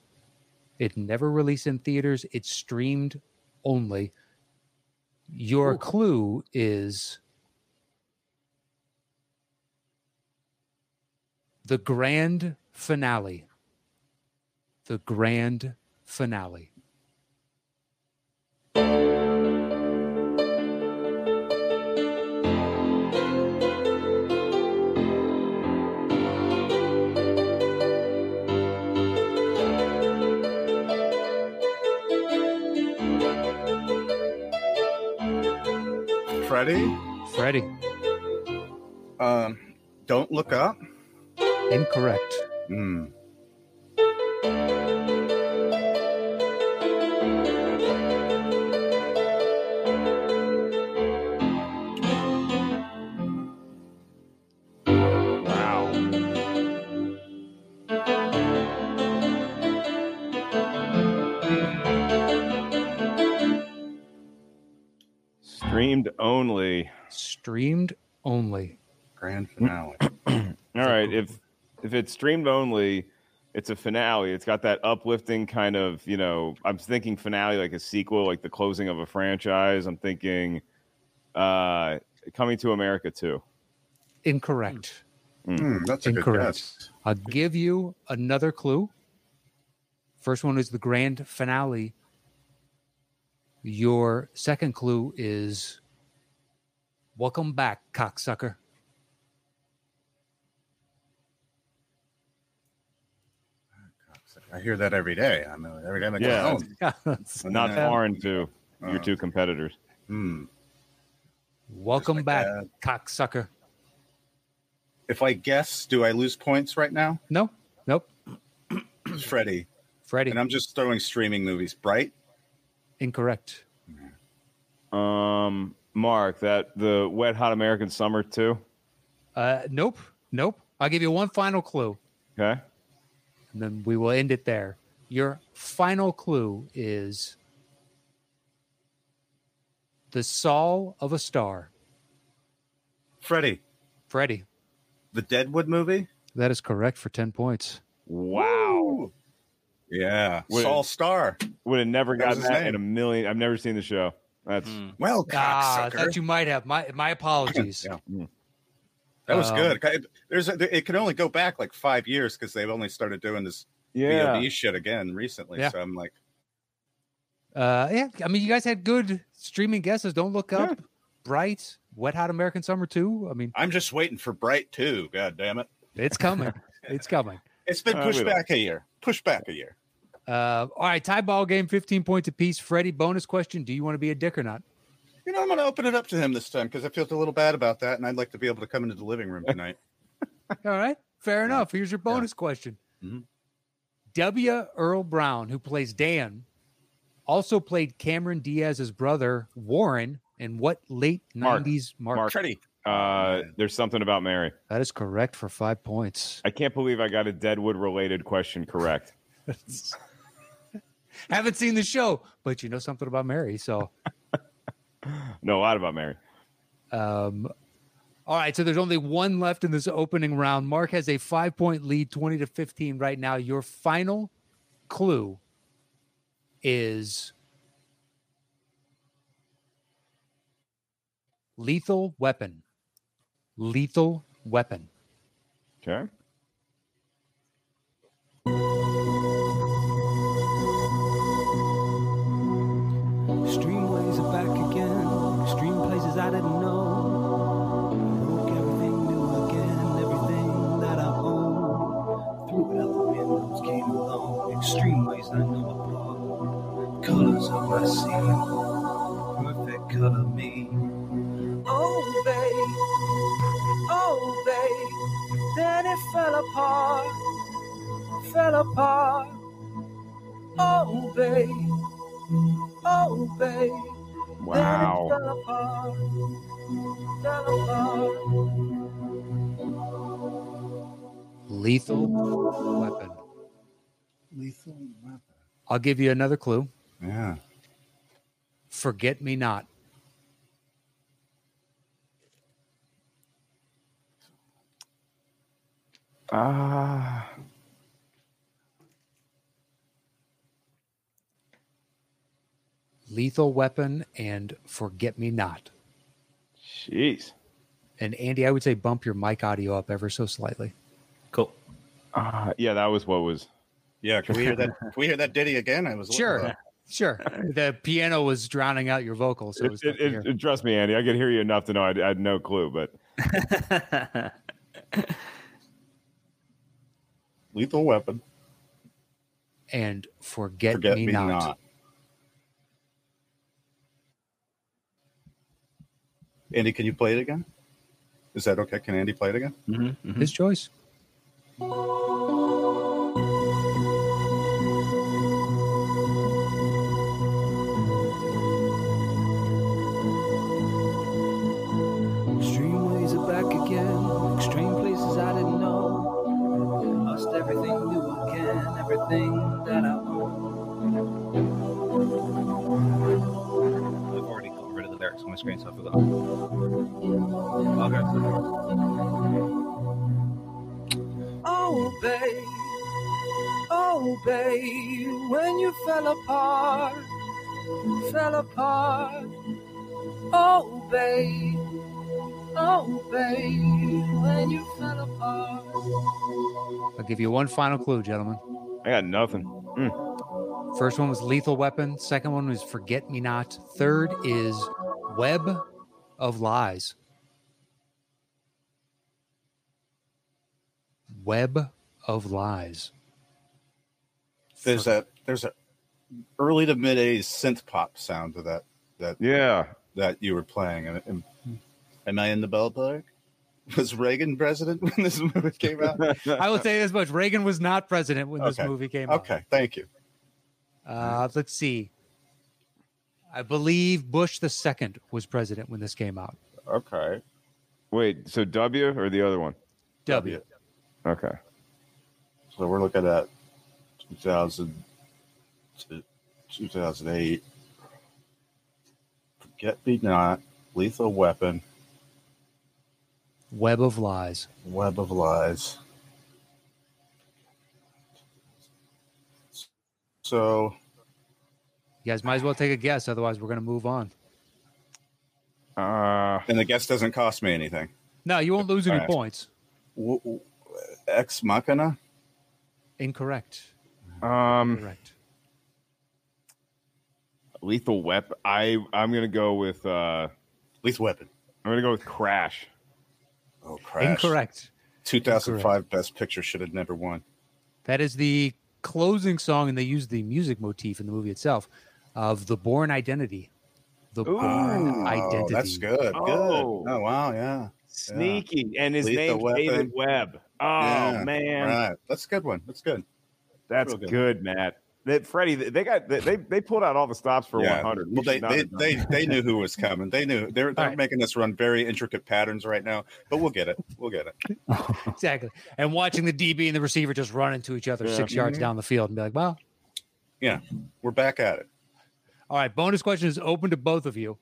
Speaker 3: it never released in theaters. It's streamed only. Your clue is the grand finale. The grand finale.
Speaker 2: Freddy,
Speaker 3: Freddie,
Speaker 2: um, don't look up.
Speaker 3: incorrect.
Speaker 2: Hmm.
Speaker 5: Wow. Streamed only.
Speaker 3: Streamed only.
Speaker 5: Mm.
Speaker 2: Grand finale.
Speaker 5: All right. If if it's streamed only, it's a finale. It's got that uplifting kind of, you know, I'm thinking finale like a sequel, like the closing of a franchise. I'm thinking uh coming to America too.
Speaker 3: Incorrect.
Speaker 5: Mm.
Speaker 2: Hmm, that's a good
Speaker 3: Incorrect.
Speaker 2: guess.
Speaker 3: I'll give you another clue. First one is the grand finale. Your second clue is welcome back, cocksucker. <laughs>
Speaker 2: I hear that every day. I know every day I'm
Speaker 5: Yeah.
Speaker 2: yeah. home.
Speaker 3: Yeah.
Speaker 5: Not
Speaker 2: Yeah.
Speaker 5: foreign to your
Speaker 2: Uh,
Speaker 5: two competitors.
Speaker 2: hmm.
Speaker 3: welcome
Speaker 2: like
Speaker 3: back, cocksucker.
Speaker 2: If I guess, do I lose points
Speaker 5: <clears throat>
Speaker 2: right now?
Speaker 3: No, nope.
Speaker 2: It's Freddy.
Speaker 3: Freddie,
Speaker 2: And I'm just throwing streaming movies. Bright?
Speaker 3: incorrect.
Speaker 5: Um Mark, that the wet hot American summer too.
Speaker 3: Uh, nope, nope. I'll give you one final clue.
Speaker 5: Okay.
Speaker 3: and then we will end it there. Your final clue is the Saul of a Star,
Speaker 2: Freddy.
Speaker 3: Freddie.
Speaker 2: The Deadwood movie?
Speaker 3: That is correct for ten points.
Speaker 5: Wow.
Speaker 2: Woo! Yeah.
Speaker 5: Wait.
Speaker 2: Saul Star.
Speaker 5: Would have never
Speaker 2: That was
Speaker 5: gotten
Speaker 2: Hmm. his
Speaker 5: that
Speaker 2: name.
Speaker 5: in a million. I've never seen the show. That's
Speaker 4: Mm.
Speaker 2: Well,
Speaker 3: Ah, I
Speaker 2: cocksucker.
Speaker 3: thought you might have. My my apologies.
Speaker 2: <laughs> Yeah. that was
Speaker 3: um,
Speaker 2: good. It- There's a, it could only go back like five years because they've only started doing this
Speaker 5: yeah.
Speaker 2: VOD shit again recently.
Speaker 3: Yeah.
Speaker 2: So I'm like,
Speaker 3: Uh, yeah. I mean, you guys had good streaming guesses. Don't look
Speaker 5: Yeah.
Speaker 3: up. Bright, Wet Hot American Summer too. I mean,
Speaker 2: I'm just waiting for Bright too. God damn it.
Speaker 3: it's
Speaker 5: <laughs>
Speaker 3: coming. it's coming.
Speaker 2: It's been
Speaker 5: Uh,
Speaker 2: pushed
Speaker 5: we don't-
Speaker 2: back a year. Pushed back a year.
Speaker 3: Uh, all right, tie ball game, fifteen points apiece. Freddie, bonus question: Do you want to be a dick or
Speaker 5: <laughs>
Speaker 3: not?
Speaker 2: You know, I'm going to open it up to him this time because I feel a little bad about that, and I'd like to be able to come into the living
Speaker 3: <laughs>
Speaker 2: room tonight.
Speaker 3: All right. Fair enough. Here's your bonus question.
Speaker 5: Mm-hmm.
Speaker 2: Mhm.
Speaker 3: W. Earl Brown, who plays Dan, also played Cameron Diaz's brother, Warren, in what late
Speaker 5: Mark.
Speaker 3: 90s Mark?
Speaker 5: Mark.
Speaker 2: Freddy.
Speaker 5: Uh, there's something about Mary.
Speaker 3: That is correct for five points.
Speaker 5: I can't believe I got a Deadwood related question correct.
Speaker 3: Haven't seen the show, but you know something about Mary. <laughs> So,
Speaker 5: Know a lot about Mary.
Speaker 3: um, all right. So there's only one left in this opening round. Mark has a five point lead, 20 to 15 right now. Your final clue is lethal weapon. Lethal weapon.
Speaker 5: Okay.
Speaker 1: Streamways are back again. Stream places I didn't know. Broke everything new again, everything that I own. Threw it out the windows, came along. Extreme ways I know I blow. Colors of my sea, perfect color me. Oh, babe, oh, babe. Then it fell apart, fell apart. Oh, babe, oh, babe.
Speaker 5: Wow.
Speaker 3: Lethal weapon.
Speaker 2: Lethal weapon.
Speaker 3: I'll give you another clue.
Speaker 2: Yeah.
Speaker 3: Forget me not.
Speaker 5: Ah,
Speaker 3: Lethal Weapon and Forget Me Not.
Speaker 5: jeez.
Speaker 3: And Andy, I would say bump your mic audio up ever so slightly.
Speaker 4: Cool.
Speaker 3: Uh,
Speaker 5: Ah, yeah, that was what was.
Speaker 2: Yeah, can we hear that? Can we hear that ditty again? I was uh, looking
Speaker 3: Sure.
Speaker 2: for-
Speaker 3: Sure. The piano was drowning out your vocals. So it
Speaker 5: It,
Speaker 3: was tough
Speaker 5: it,
Speaker 3: to hear.
Speaker 5: it, trust me, Andy, I could hear you enough to know I'd, I had no clue, but
Speaker 2: Lethal Weapon.
Speaker 3: and Forget,
Speaker 2: Forget
Speaker 3: Me,
Speaker 2: me
Speaker 3: Not.
Speaker 2: not. Andy, can you play it again? Is that okay? Can Andy play it again?
Speaker 3: His choice.
Speaker 1: Extreme ways are back again. Extreme places I didn't know. Lost everything new again, everything that I own.
Speaker 4: I've already got rid of the lyrics on my screen, so I forgot. Okay.
Speaker 1: Oh, babe. Oh, babe. When you fell apart, fell apart. Oh, babe. Oh, babe. When you fell apart.
Speaker 3: I'll give you one final clue, gentlemen.
Speaker 5: I got nothing.
Speaker 3: First one was Lethal Weapon. Second one was Forget Me Not. Third is Web of Lies. Web of Lies.
Speaker 2: There's a there's a early to mid '80s synth pop sound to that
Speaker 5: Yeah,
Speaker 2: that you were playing. And, and
Speaker 3: Hmm.
Speaker 2: am I in the ballpark? <laughs> Was Reagan president when this movie came out?
Speaker 3: <laughs> I will say this much Reagan was not president when this
Speaker 2: Okay.
Speaker 3: movie came out.
Speaker 2: Okay, thank you.
Speaker 3: Uh, let's see. I believe Bush the second was president when this came out.
Speaker 5: Okay. Wait, so W or the other one?
Speaker 3: W.
Speaker 5: Okay.
Speaker 2: So we're looking at 2000 to 2008. Forget Me Not, Lethal Weapon,
Speaker 3: Web of Lies.
Speaker 2: Web of Lies. So
Speaker 3: You guys might as well take a guess, otherwise we're going to move on.
Speaker 5: Uh,
Speaker 2: And the guess doesn't cost me anything.
Speaker 3: No, you won't lose any
Speaker 2: All right.
Speaker 3: points.
Speaker 2: W- w- Ex Machina?
Speaker 3: Incorrect.
Speaker 5: um,
Speaker 3: Correct.
Speaker 5: lethal weapon. I I'm gonna go with uh,
Speaker 2: Lethal Weapon.
Speaker 5: I'm gonna go with Crash.
Speaker 2: Oh, crash.
Speaker 3: Incorrect.
Speaker 2: 2005 Best Picture should have never won.
Speaker 3: That is the closing song, and they use the music motif in the movie itself of the Born Identity. The
Speaker 5: Ooh.
Speaker 3: Born Identity.
Speaker 2: that's good.
Speaker 5: Oh.
Speaker 2: Good. Oh, wow. Yeah.
Speaker 5: Sneaky, and his
Speaker 2: Lethal
Speaker 5: name's David
Speaker 2: Weapon.
Speaker 5: Webb. Oh
Speaker 2: Yeah,
Speaker 5: man,
Speaker 2: Right. That's a good one. That's good.
Speaker 5: that's
Speaker 2: real
Speaker 5: good.
Speaker 2: good.
Speaker 5: Matt. That Freddie, they got they they pulled out all the stops for
Speaker 2: Yeah.
Speaker 5: 100. We
Speaker 2: Well, they
Speaker 5: should not
Speaker 2: they,
Speaker 5: have done
Speaker 2: they, they knew who was coming. They knew they're, they're
Speaker 3: All right.
Speaker 2: making us run very intricate patterns right now, but we'll get it. We'll get it.
Speaker 3: Exactly. And watching the DB and the receiver just run into each other
Speaker 5: Yeah.
Speaker 3: six yards down the field and be like, well,
Speaker 2: We're back at it.
Speaker 3: All right, bonus question is open to both of you.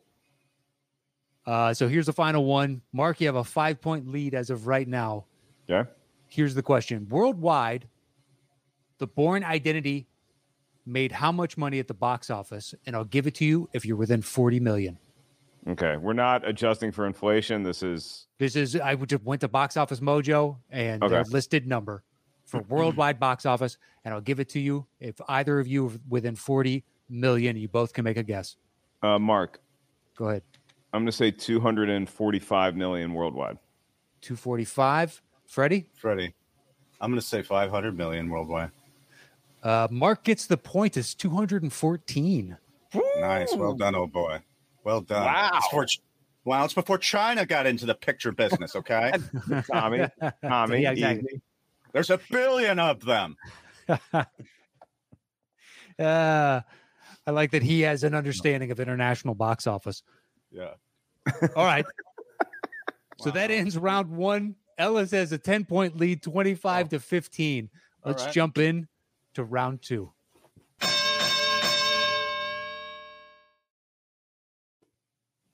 Speaker 3: Uh, so here's the final one. Mark, you have a five point lead as of right now.
Speaker 5: that. Okay.
Speaker 3: Here's the question Worldwide, the Born Identity made how much money at the box office? And I'll give it to you if you're within 40 million.
Speaker 5: Okay. We're not adjusting for inflation. This is
Speaker 3: This is, I would just went to Box Office Mojo and their
Speaker 5: Okay.
Speaker 3: listed number for worldwide box office. And I'll give it to you if either of you are within 40 million. You both can make a guess.
Speaker 5: uh, Mark.
Speaker 3: Go ahead.
Speaker 5: I'm gonna say 245 million worldwide.
Speaker 3: 245. Freddie?
Speaker 2: Freddie, I'm going to say 500 million worldwide.
Speaker 3: Uh, Mark gets the point. It's 214.
Speaker 2: Nice. Well done, old boy. Well done.
Speaker 5: Wow.
Speaker 2: It's for- wow. It's before China got into the picture
Speaker 5: <laughs>
Speaker 2: business. Okay.
Speaker 5: Tommy,
Speaker 4: <laughs>
Speaker 5: Tommy,
Speaker 3: Yeah, exactly.
Speaker 5: easy.
Speaker 2: There's a billion of them.
Speaker 3: Uh, I like that he has an understanding of international box office.
Speaker 2: Yeah.
Speaker 3: All right.
Speaker 2: <laughs>
Speaker 3: So that ends round one. Ellis has a 10 point lead, 25 to 15.
Speaker 2: All
Speaker 3: Let's
Speaker 2: right.
Speaker 3: jump in to round two.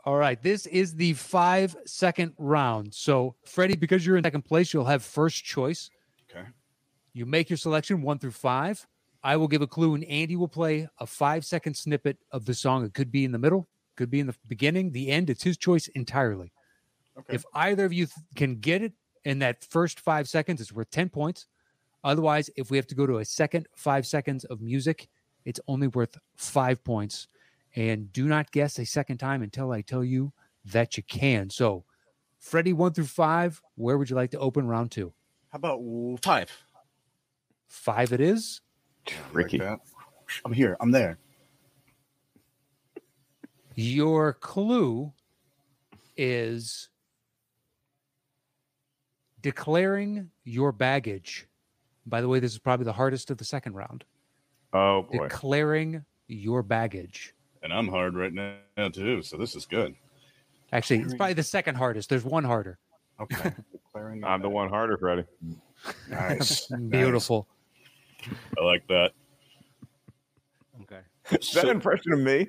Speaker 3: All right. This is the five second round. So, Freddie, because you're in second place, you'll have first choice. You make your selection one through five. I will give a clue, and Andy will play a five second snippet of the song. It could be in the middle, could be in the beginning, the end. It's his choice entirely.
Speaker 2: Okay.
Speaker 3: If either of you th- can get it in that first five seconds, it's worth 10 points. Otherwise, if we have to go to a second five seconds of music, it's only worth five points. And do not guess a second time until I tell you that you can. So, Freddie, one through five, where would you like to open round two?
Speaker 6: How about five?
Speaker 3: Five it is.
Speaker 5: Tricky.
Speaker 2: Like that.
Speaker 6: I'm here. I'm there.
Speaker 3: Your clue is declaring your baggage. By the way, this is probably the hardest of the second round.
Speaker 5: Oh boy.
Speaker 3: Declaring your baggage.
Speaker 2: And I'm hard right now too, so this is good.
Speaker 3: Actually, it's probably the second hardest. There's one harder.
Speaker 2: <laughs> Okay. Declaring
Speaker 5: I'm the one harder, Freddie.
Speaker 2: Nice.
Speaker 3: Beautiful. <laughs>
Speaker 2: I like that.
Speaker 3: Okay.
Speaker 5: Is that an impression of me?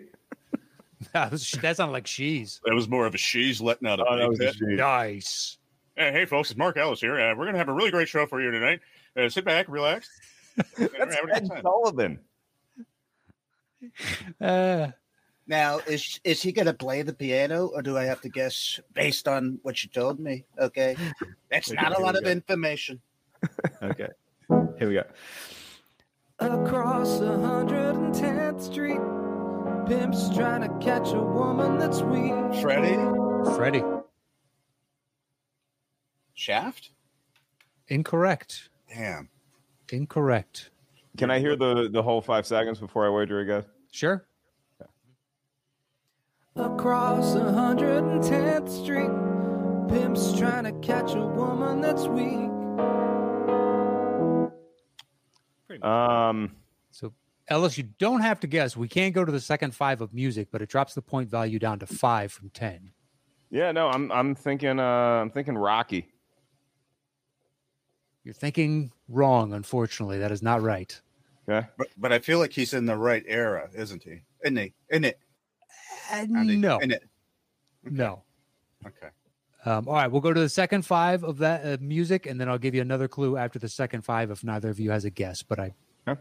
Speaker 3: That, was- that sounded like she's
Speaker 2: That was more of a she's letting out a
Speaker 5: Oh, that was
Speaker 2: big
Speaker 5: a
Speaker 2: pit.
Speaker 5: shame.
Speaker 3: nice.
Speaker 2: Hey, hey, folks, it's Mark Ellis here. Uh, we're going to have a really great show for you tonight. Uh, sit
Speaker 5: <laughs>
Speaker 2: back, relax. and we're
Speaker 5: That's
Speaker 2: having a
Speaker 5: Ed
Speaker 2: good time.
Speaker 5: Sullivan.
Speaker 3: Uh,
Speaker 6: Now, is is he going to play the piano, or do I have to guess based on what you told me? Okay, that's
Speaker 4: Okay,
Speaker 6: not a
Speaker 4: here
Speaker 6: lot
Speaker 4: we
Speaker 6: of
Speaker 4: go.
Speaker 6: information.
Speaker 2: <laughs>
Speaker 4: Okay. Here we go.
Speaker 1: Across 110th Street, pimps trying to catch a woman that's weak.
Speaker 2: Freddie?
Speaker 3: Freddie,
Speaker 2: Shaft?
Speaker 3: incorrect.
Speaker 2: Damn.
Speaker 3: Incorrect.
Speaker 5: Can I hear the the whole five seconds before I wager again?
Speaker 3: Sure.
Speaker 1: Across 110th Street, pimps trying to catch a woman that's weak.
Speaker 5: Um,
Speaker 3: So, Ellis, you don't have to guess. We can go to the second five of music, but it drops the point value down to five from 10.
Speaker 5: yeah, no, I'm I'm thinking uh I'm thinking Rocky.
Speaker 3: You're thinking wrong, unfortunately. That is not right.
Speaker 5: Okay.
Speaker 2: But, but I feel like he's in the right era, isn't he? Isn't he? Isn't it?
Speaker 3: Uh,
Speaker 2: Andy?
Speaker 3: no,
Speaker 2: Isn't it?
Speaker 3: no.
Speaker 2: Okay.
Speaker 3: Um, all right, we'll go to the second five of that uh, music, and then I'll give you another clue after the second five if neither of you has a guess, but I
Speaker 5: Okay.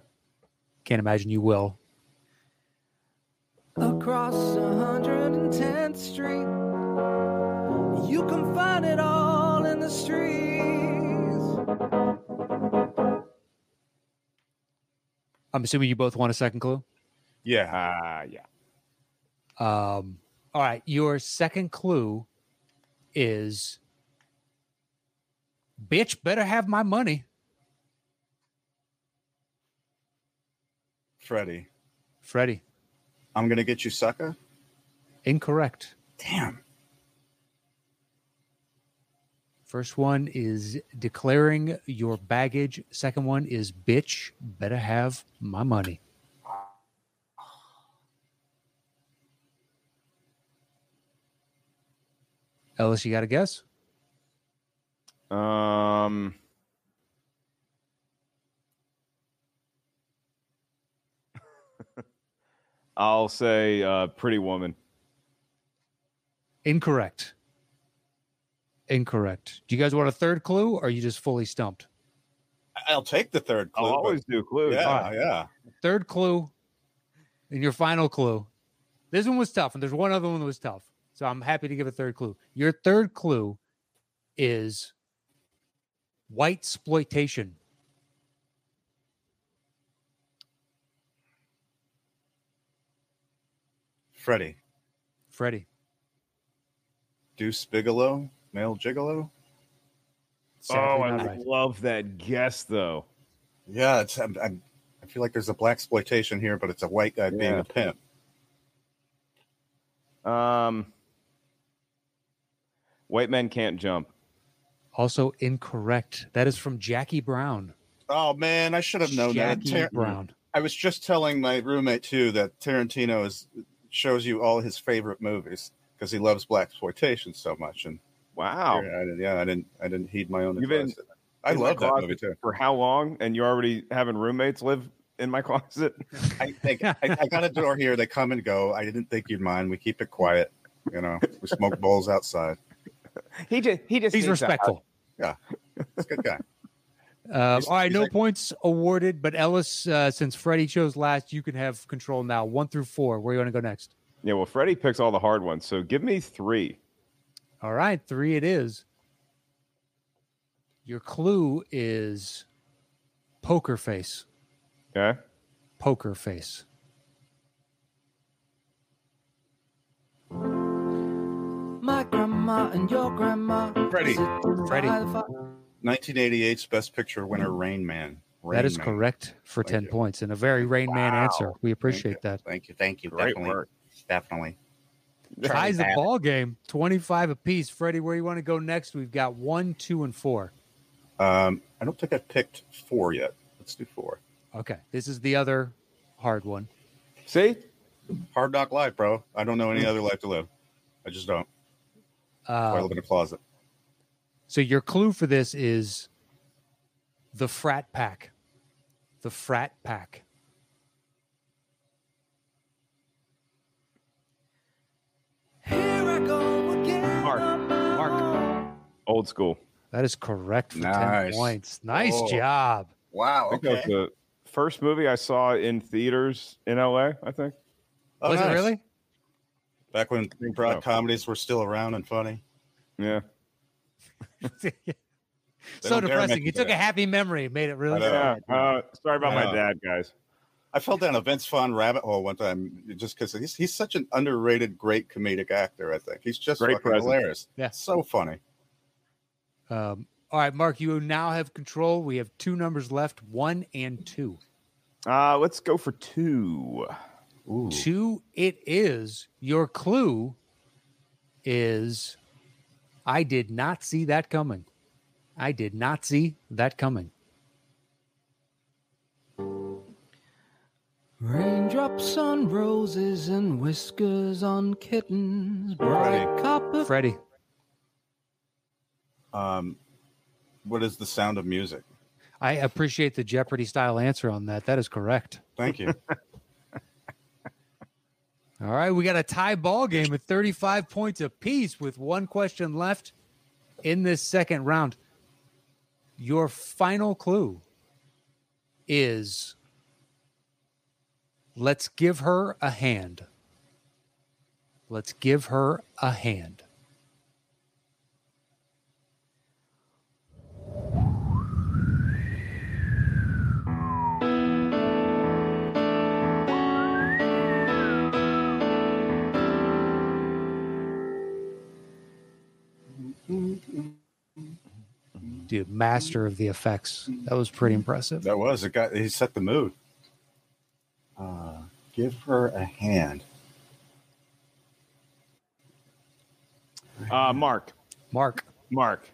Speaker 3: can't imagine you will.
Speaker 1: Across 110th Street, you can find it all in the streets.
Speaker 3: I'm assuming you both want a second clue.
Speaker 2: Yeah.
Speaker 5: Uh yeah.
Speaker 3: Um, all right, your second clue is bitch better have my money.
Speaker 2: Freddie.
Speaker 3: Freddie,
Speaker 2: I'm going to get you, sucker.
Speaker 3: incorrect.
Speaker 2: Damn.
Speaker 3: First one is declaring your baggage. Second one is bitch better have my money. Ellis, you got a guess?
Speaker 5: Um. <laughs> I'll say uh, Pretty Woman.
Speaker 3: Incorrect. Incorrect. Do you guys want a third clue or are you just fully stumped?
Speaker 2: I- I'll take the third
Speaker 5: I'll
Speaker 2: clue. but-
Speaker 5: always do clues.
Speaker 2: yeah,
Speaker 3: Alright.
Speaker 2: yeah.
Speaker 3: Third clue and your final clue. This one was tough, and there's one other one that was tough. So I'm happy to give a third clue. Your third clue is white exploitation.
Speaker 2: Freddie.
Speaker 3: Freddie.
Speaker 2: Deuce Bigelow? Male Gigolo?
Speaker 3: Sadly,
Speaker 5: oh,
Speaker 3: not
Speaker 5: I
Speaker 3: right.
Speaker 5: love that guess though.
Speaker 2: Yeah. It's, I'm, I'm, I feel like there's a black exploitation here, but it's a white guy being
Speaker 5: Yeah.
Speaker 2: a pimp.
Speaker 5: Um, white men can't jump.
Speaker 3: Also incorrect. That is from Jackie Brown.
Speaker 2: Oh man, I should have known that.
Speaker 3: Jackie
Speaker 2: Tar- <laughs>
Speaker 3: Brown.
Speaker 2: I was just telling my roommate too that Tarantino is shows you all his favorite movies because he loves black exploitation so much. And
Speaker 3: Oh.
Speaker 5: Wow.
Speaker 2: yeah, I didn't, yeah, I didn't, I didn't heed my own
Speaker 5: You've
Speaker 2: advice. I
Speaker 5: in my
Speaker 2: love that
Speaker 5: closet
Speaker 2: movie too.
Speaker 5: For how long? And you're already having roommates live in my <laughs> closet.
Speaker 2: I think I, I got a door here. They come and go. I didn't think you'd mind. We keep it quiet. You know, we <laughs> smoke bowls outside.
Speaker 5: He just he just
Speaker 3: He's
Speaker 5: needs a house.
Speaker 3: respectful.
Speaker 2: It's a good guy.
Speaker 3: Uh,
Speaker 2: He's-
Speaker 3: all right,
Speaker 2: he's
Speaker 3: no
Speaker 2: like-
Speaker 3: points awarded, but Ellis, uh, since Freddie chose last, you can have control now. One through four. Where you want to go next?
Speaker 5: Yeah, well, Freddie picks all the hard ones, so give me three.
Speaker 3: All right, three it is. Your clue is poker face.
Speaker 5: Okay.
Speaker 3: Poker face.
Speaker 1: My grandma and your grandma.
Speaker 2: Freddie.
Speaker 1: sit by
Speaker 3: Freddie.
Speaker 1: the fire.
Speaker 2: 1988's Best Picture winner, Rain Man. Rain
Speaker 3: that is
Speaker 2: Man.
Speaker 3: correct for
Speaker 2: Thank
Speaker 3: 10
Speaker 2: you.
Speaker 3: points and a very Rain Man
Speaker 2: Wow.
Speaker 3: answer. We appreciate that.
Speaker 2: <laughs>
Speaker 6: Thank you. Thank you.
Speaker 5: Great
Speaker 6: definitely.
Speaker 5: work.
Speaker 6: Definitely.
Speaker 3: Ties the
Speaker 6: Bad.
Speaker 3: ball game, 25 apiece. Freddie, where you want to go next? We've got one, two, and four.
Speaker 2: Um, I don't think I picked four yet. Let's do four.
Speaker 3: Okay. This is the other hard one.
Speaker 5: See?
Speaker 2: Hard Knock Life, bro. I don't know any other life to live. I just don't. I
Speaker 3: Hmm. Uh,
Speaker 2: live in a closet.
Speaker 3: so your clue for this is the frat pack. The frat pack.
Speaker 1: Here I go again.
Speaker 5: Mark.
Speaker 1: on my
Speaker 3: Mark.
Speaker 1: own.
Speaker 5: Old school.
Speaker 3: That is correct for 10
Speaker 2: Nice.
Speaker 3: points. Nice
Speaker 2: Oh.
Speaker 3: job.
Speaker 2: Wow.
Speaker 5: I think that was the first movie I saw in theaters in LA, I think.
Speaker 2: Oh,
Speaker 3: was it
Speaker 2: nice. <laughs>
Speaker 3: really? Oh.
Speaker 2: Back when broad comedies were still around and funny.
Speaker 5: Yeah.
Speaker 3: so
Speaker 2: don't dare make
Speaker 3: depressing.
Speaker 2: you
Speaker 3: You
Speaker 2: do
Speaker 3: took a
Speaker 2: that.
Speaker 3: happy memory and made it really
Speaker 2: I know.
Speaker 5: Yeah. Uh, sorry about my
Speaker 2: Yeah.
Speaker 5: dad, guys.
Speaker 2: I fell down a Vince Vaughn rabbit hole one time just because he's, he's such an underrated, great comedic actor. I think he's just
Speaker 5: Great
Speaker 2: fucking
Speaker 5: presence.
Speaker 2: hilarious.
Speaker 3: Yeah.
Speaker 2: so funny.
Speaker 3: Um, all right, Mark, you now have control. We have two numbers left one and two.
Speaker 5: Uh, let's go for two.
Speaker 2: Ooh.
Speaker 3: Two, it is. Your clue is I did not see that coming. I did not see that coming.
Speaker 1: Raindrops on roses and whiskers on kittens. Bright
Speaker 2: Freddie.
Speaker 1: copper.
Speaker 3: Freddie,
Speaker 2: Um, what is the sound of music?
Speaker 3: I appreciate the Jeopardy style answer on that. That is correct. <laughs>
Speaker 2: Thank you.
Speaker 3: All right, we got a tie ball game at 35 points apiece with one question left in this second round. Your final clue is let's give her a hand. Let's give her a hand. Dude, master of the effects. That was pretty impressive.
Speaker 2: that was it. Got he set the mood. Uh, give her a hand.
Speaker 5: Uh, Mark.
Speaker 3: Mark,
Speaker 5: Mark.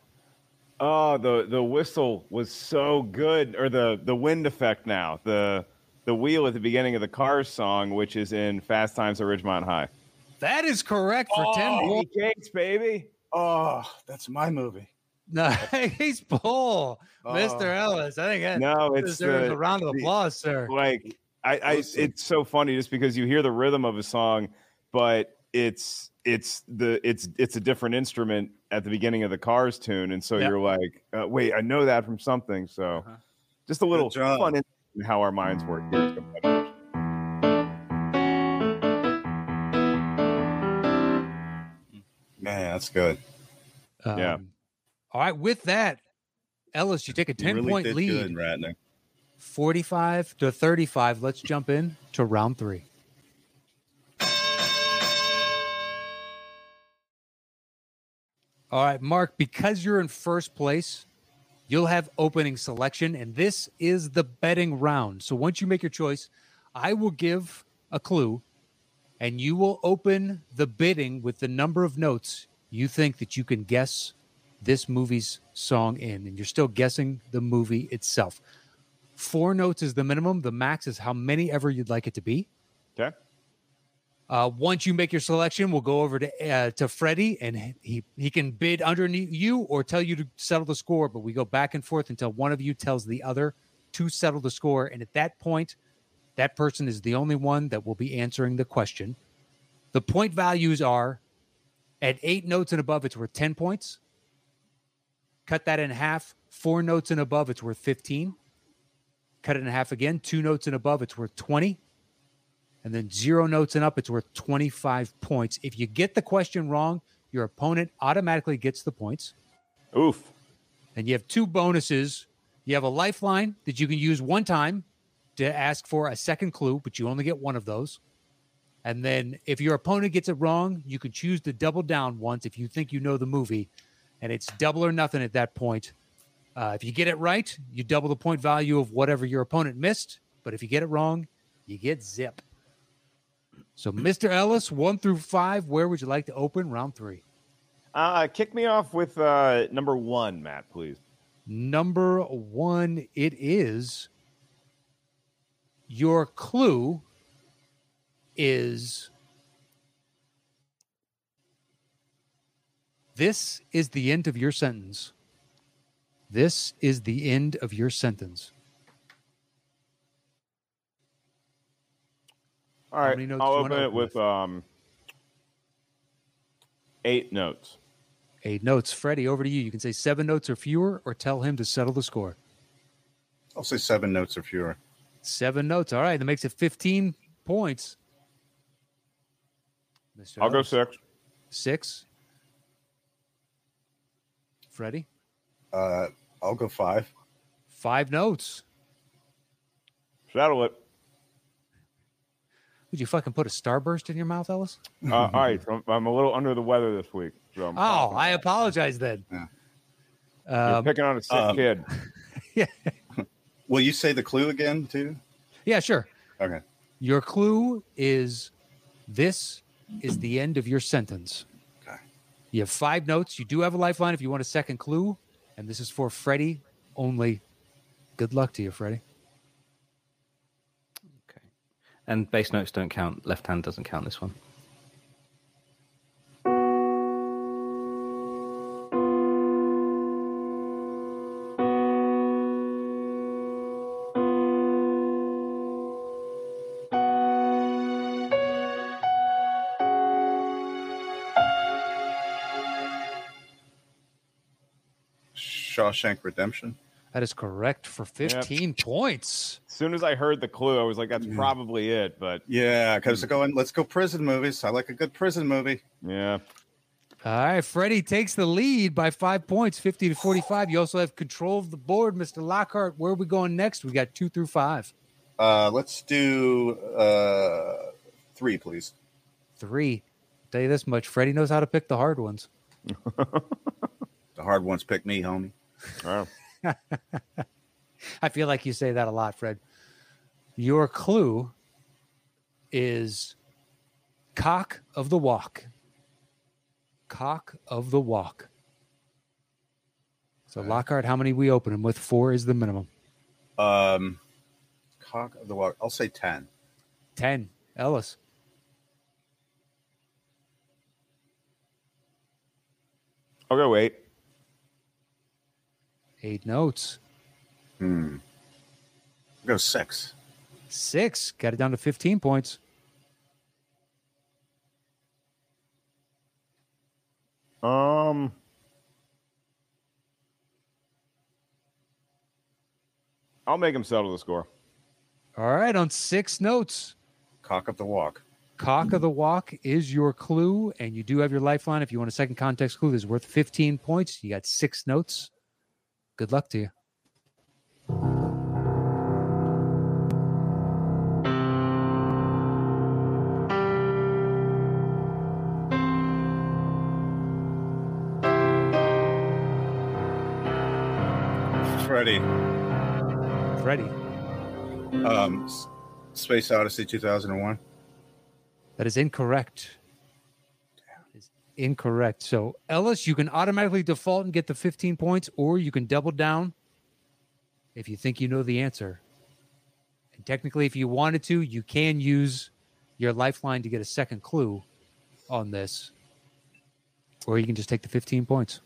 Speaker 5: Oh, the the whistle was so good, or the the wind effect. Now the the wheel at the beginning of the Cars song, which is in Fast Times at Ridgemont High.
Speaker 3: that is correct for 10 points. <laughs>
Speaker 5: Baby cakes, baby.
Speaker 2: Oh, that's my movie.
Speaker 3: Nice pull, Mr.
Speaker 2: Oh.
Speaker 3: Ellis. I think that
Speaker 5: No, it's
Speaker 3: deserves
Speaker 5: the-
Speaker 3: a round of
Speaker 5: the-
Speaker 3: applause, sir.
Speaker 5: Like I, I
Speaker 2: Listen.
Speaker 5: it's so funny just because you hear the rhythm of a song, but it's it's the it's it's a different instrument at the beginning of the Cars tune, and so
Speaker 3: Yep.
Speaker 5: you're like, uh, wait, I know that from something. So
Speaker 3: Uh-huh.
Speaker 5: just a little
Speaker 2: Good job.
Speaker 5: fun in how our minds work. Here.
Speaker 2: Man, that's good.
Speaker 5: Yeah.
Speaker 3: Um, All right. With that, Ellis, you take a
Speaker 2: You
Speaker 3: 10
Speaker 2: really
Speaker 3: point
Speaker 2: did
Speaker 3: lead,
Speaker 2: good, Ratner.
Speaker 3: 45 to 35. Let's jump in to round three. All right, Mark, because you're in first place, you'll have opening selection, and this is the betting round. So once you make your choice, I will give a clue, and you will open the bidding with the number of notes you think that you can guess this movie's song in. And you're still guessing the movie itself. Four notes is the minimum, the max is how many ever you'd like it to be.
Speaker 5: Okay.
Speaker 3: Uh, once you make your selection, we'll go over to uh, to Freddie, and he he can bid underneath you or tell you to settle the score. But we go back and forth until one of you tells the other to settle the score, and at that point, that person is the only one that will be answering the question. The point values are at eight notes and above, it's worth ten points. Cut that in half. Four notes and above, it's worth 15. Cut it in half again. Two notes and above, it's worth 20. And then zero notes and up, it's worth 25 points. If you get the question wrong, your opponent automatically gets the points.
Speaker 5: Oof.
Speaker 3: And you have two bonuses. You have a lifeline that you can use one time to ask for a second clue, but you only get one of those. And then if your opponent gets it wrong, you can choose to double down once if you think you know the movie. And it's double or nothing at that point. Uh, if you get it right, you double the point value of whatever your opponent missed. But if you get it wrong, you get zip. So, Mr. Ellis, one through five, where would you like to open round three?
Speaker 5: Uh, kick me off with uh, number one, Matt, please.
Speaker 3: Number one, it is your clue is this is the end of your sentence. This is the end of your sentence.
Speaker 5: All
Speaker 3: How
Speaker 5: right,
Speaker 3: many notes
Speaker 5: I'll
Speaker 3: do you wanna
Speaker 5: open it
Speaker 3: open
Speaker 5: with
Speaker 3: with?
Speaker 5: um, eight notes.
Speaker 3: Eight notes. Freddie, over to you. You can say seven notes or fewer or tell him to settle the score.
Speaker 2: I'll say seven notes or fewer.
Speaker 3: Seven notes. All right. That makes it 15 points. Mr.
Speaker 5: I'll go
Speaker 3: Ellis,
Speaker 5: six.
Speaker 3: six. Freddie,
Speaker 2: Uh, I'll go five.
Speaker 3: five notes.
Speaker 5: Settle it.
Speaker 3: Would you fucking put a starburst in your mouth, Ellis?
Speaker 5: Uh, all right, so I'm, I'm a little under the weather this week. So I'm
Speaker 3: Oh, I apologize then.
Speaker 2: Yeah.
Speaker 5: You're
Speaker 3: Um,
Speaker 5: picking on a sick
Speaker 2: um,
Speaker 5: kid.
Speaker 2: Will you say the clue again too?
Speaker 3: yeah, sure.
Speaker 2: Okay.
Speaker 3: Your clue is this is the end of your sentence.
Speaker 2: Okay.
Speaker 3: You have five notes. You do have a lifeline if you want a second clue. And this is for Freddie only. Good luck to you, Freddie.
Speaker 4: And bass notes don't count. Left hand doesn't count this one.
Speaker 2: Shawshank Redemption.
Speaker 3: That is correct for 15 points.
Speaker 5: As soon as I heard the clue, I was like, "That's probably it." But
Speaker 2: Yeah, because going. Let's go prison movies. I like a good prison movie.
Speaker 5: yeah,
Speaker 3: All right. Freddie takes the lead by five points, 50 to 45. You also have control of the board, Mr. Lockhart. Where are we going next? We got two through five.
Speaker 2: Uh, let's do uh, three, please.
Speaker 3: Three. tell you this much Freddie knows how to pick the hard ones.
Speaker 2: The hard ones pick me, homie.
Speaker 5: Wow.
Speaker 3: I feel like you say that a lot, Fred. Your clue is cock of the walk. Cock of the walk. So Lockhart, how many we open him with? Four is the minimum.
Speaker 2: Um, cock of the walk. I'll say ten.
Speaker 3: Ten. Ellis.
Speaker 5: I'll go eight.
Speaker 3: Eight notes.
Speaker 2: Hmm. I'll go six.
Speaker 3: Six. Got it down to fifteen points.
Speaker 5: Um, I'll make him settle the score.
Speaker 3: All right, on six notes.
Speaker 2: Cock of the walk.
Speaker 3: Cock of the walk is your clue, and you do have your lifeline. If you want a second context clue, that's worth 15 points. You got six notes. Good luck to you.
Speaker 2: Freddie.
Speaker 3: Freddie,
Speaker 2: Um, S- Space Odyssey 2001.
Speaker 3: that is incorrect. That is incorrect. So, Ellis, you can automatically default and get the 15 points, or you can double down if you think you know the answer. And technically, if you wanted to, you can use your lifeline to get a second clue on this, or you can just take the 15 points.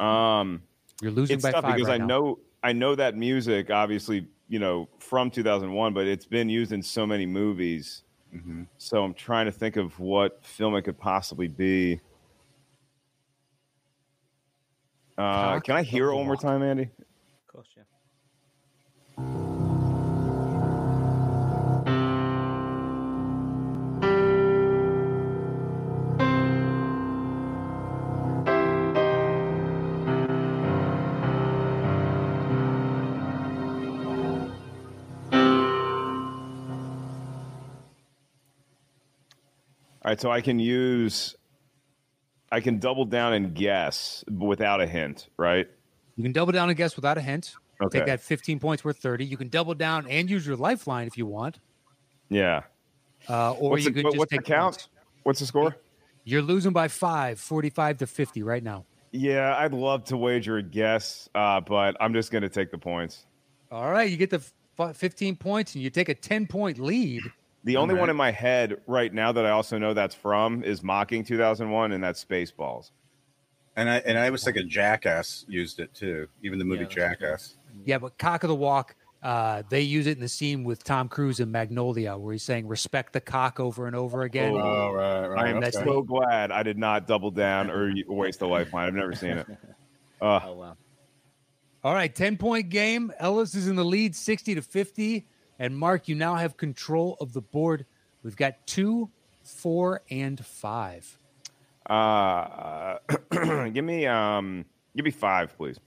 Speaker 5: Um,
Speaker 3: You're losing
Speaker 5: it's
Speaker 3: by
Speaker 5: tough
Speaker 3: five
Speaker 5: because
Speaker 3: right
Speaker 5: I
Speaker 3: now.
Speaker 5: know I know that music, obviously, you know, from 2001, but it's been used in so many movies.
Speaker 2: Mm-hmm.
Speaker 5: So I'm trying to think of what film it could possibly be. Uh,
Speaker 3: Cock
Speaker 5: can I hear it one more
Speaker 3: block.
Speaker 5: time, Andy?
Speaker 4: Of course, yeah.
Speaker 5: All right, so I can use, I can double down and guess without a hint, right?
Speaker 3: You can double down and guess without a hint.
Speaker 5: Okay.
Speaker 3: Take that 15 points worth 30. You can double down and use your lifeline if you want.
Speaker 5: Yeah.
Speaker 3: Uh, or
Speaker 5: What's
Speaker 3: you
Speaker 5: the-
Speaker 3: could
Speaker 5: what-
Speaker 3: just
Speaker 5: what's the
Speaker 3: take
Speaker 5: count?
Speaker 3: points.
Speaker 5: What's the score?
Speaker 3: You're losing by five, 45 to 50 right now.
Speaker 5: Yeah, I'd love to wager a guess, uh, but I'm just going to take the points.
Speaker 3: All right. You get the f- 15 points and you take a 10 point lead.
Speaker 5: The only
Speaker 4: right.
Speaker 5: one in my head right now that I also know that's from is Mocking 2001, and that's Spaceballs.
Speaker 2: And I and I was thinking Jackass used it too, even the movie
Speaker 4: that's what it
Speaker 2: Jackass.
Speaker 3: Yeah, but Cock of the Walk, uh, they use it in the scene with Tom Cruise in Magnolia where he's saying respect the cock over and over again.
Speaker 2: Oh right,
Speaker 5: I
Speaker 2: right.
Speaker 5: am
Speaker 3: that's
Speaker 2: okay.
Speaker 3: the-
Speaker 5: so glad I did not double down or y- waste a lifeline. I've never seen it. Uh,
Speaker 4: Oh wow.
Speaker 3: All right, 10 point game. Ellis is in the lead 60 to 50. And Mark, you now have control of the board. We've got two, four, and five.
Speaker 5: uh, <clears throat> give me um, give me five, please.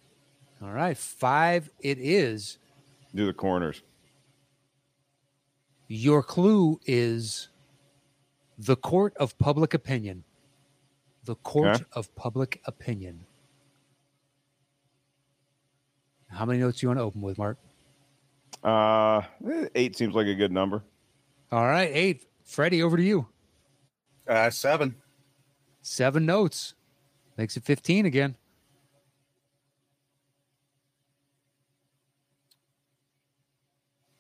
Speaker 3: All right, five it is.
Speaker 5: Do the corners.
Speaker 3: Your clue is the court of public opinion. The court
Speaker 5: Okay.
Speaker 3: of public opinion. How many notes do you want to open with, Mark?
Speaker 5: Uh, eight seems like a good number.
Speaker 3: All right, eight. Freddie, over to you.
Speaker 2: Uh, seven.
Speaker 3: Seven notes. Makes it 15 again.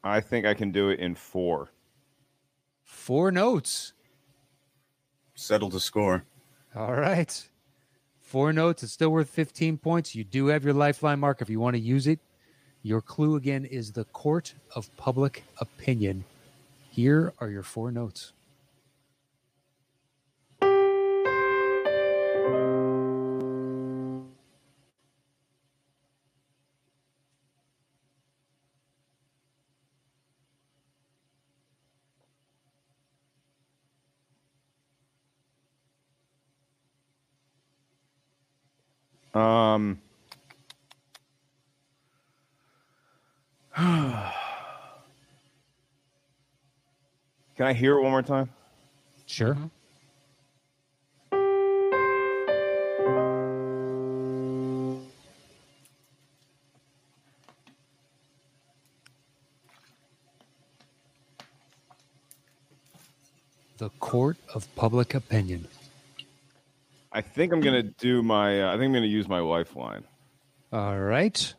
Speaker 5: I think I can do it in four.
Speaker 3: Four notes.
Speaker 2: Settle to score.
Speaker 3: All right. Four notes. It's still worth 15 points. You do have your lifeline, Mark, if you want to use it. Your clue again is the court of public opinion. Here are your four notes.
Speaker 5: Um, can I hear it one more time?
Speaker 3: Sure. The court of public opinion.
Speaker 5: I think I'm gonna do my. Uh, I think I'm gonna use my lifeline.
Speaker 3: All right.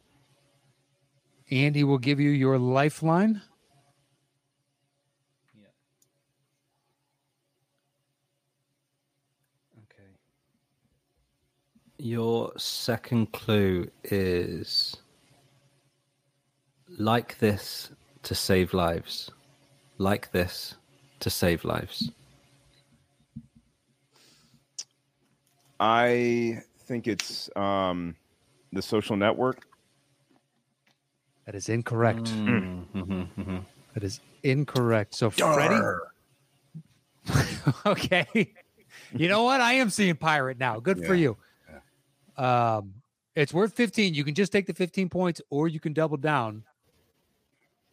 Speaker 3: Andy will give you your lifeline.
Speaker 4: Okay. Your second clue is like this to save lives. Like this to save lives.
Speaker 5: I think it's um, the social network.
Speaker 3: That is incorrect.
Speaker 4: Mm-hmm,
Speaker 3: That is incorrect. So, Freddie. okay. You know what? I am seeing pirate now. Good for you. Um, it's worth 15. You can just take the 15 points or you can double down.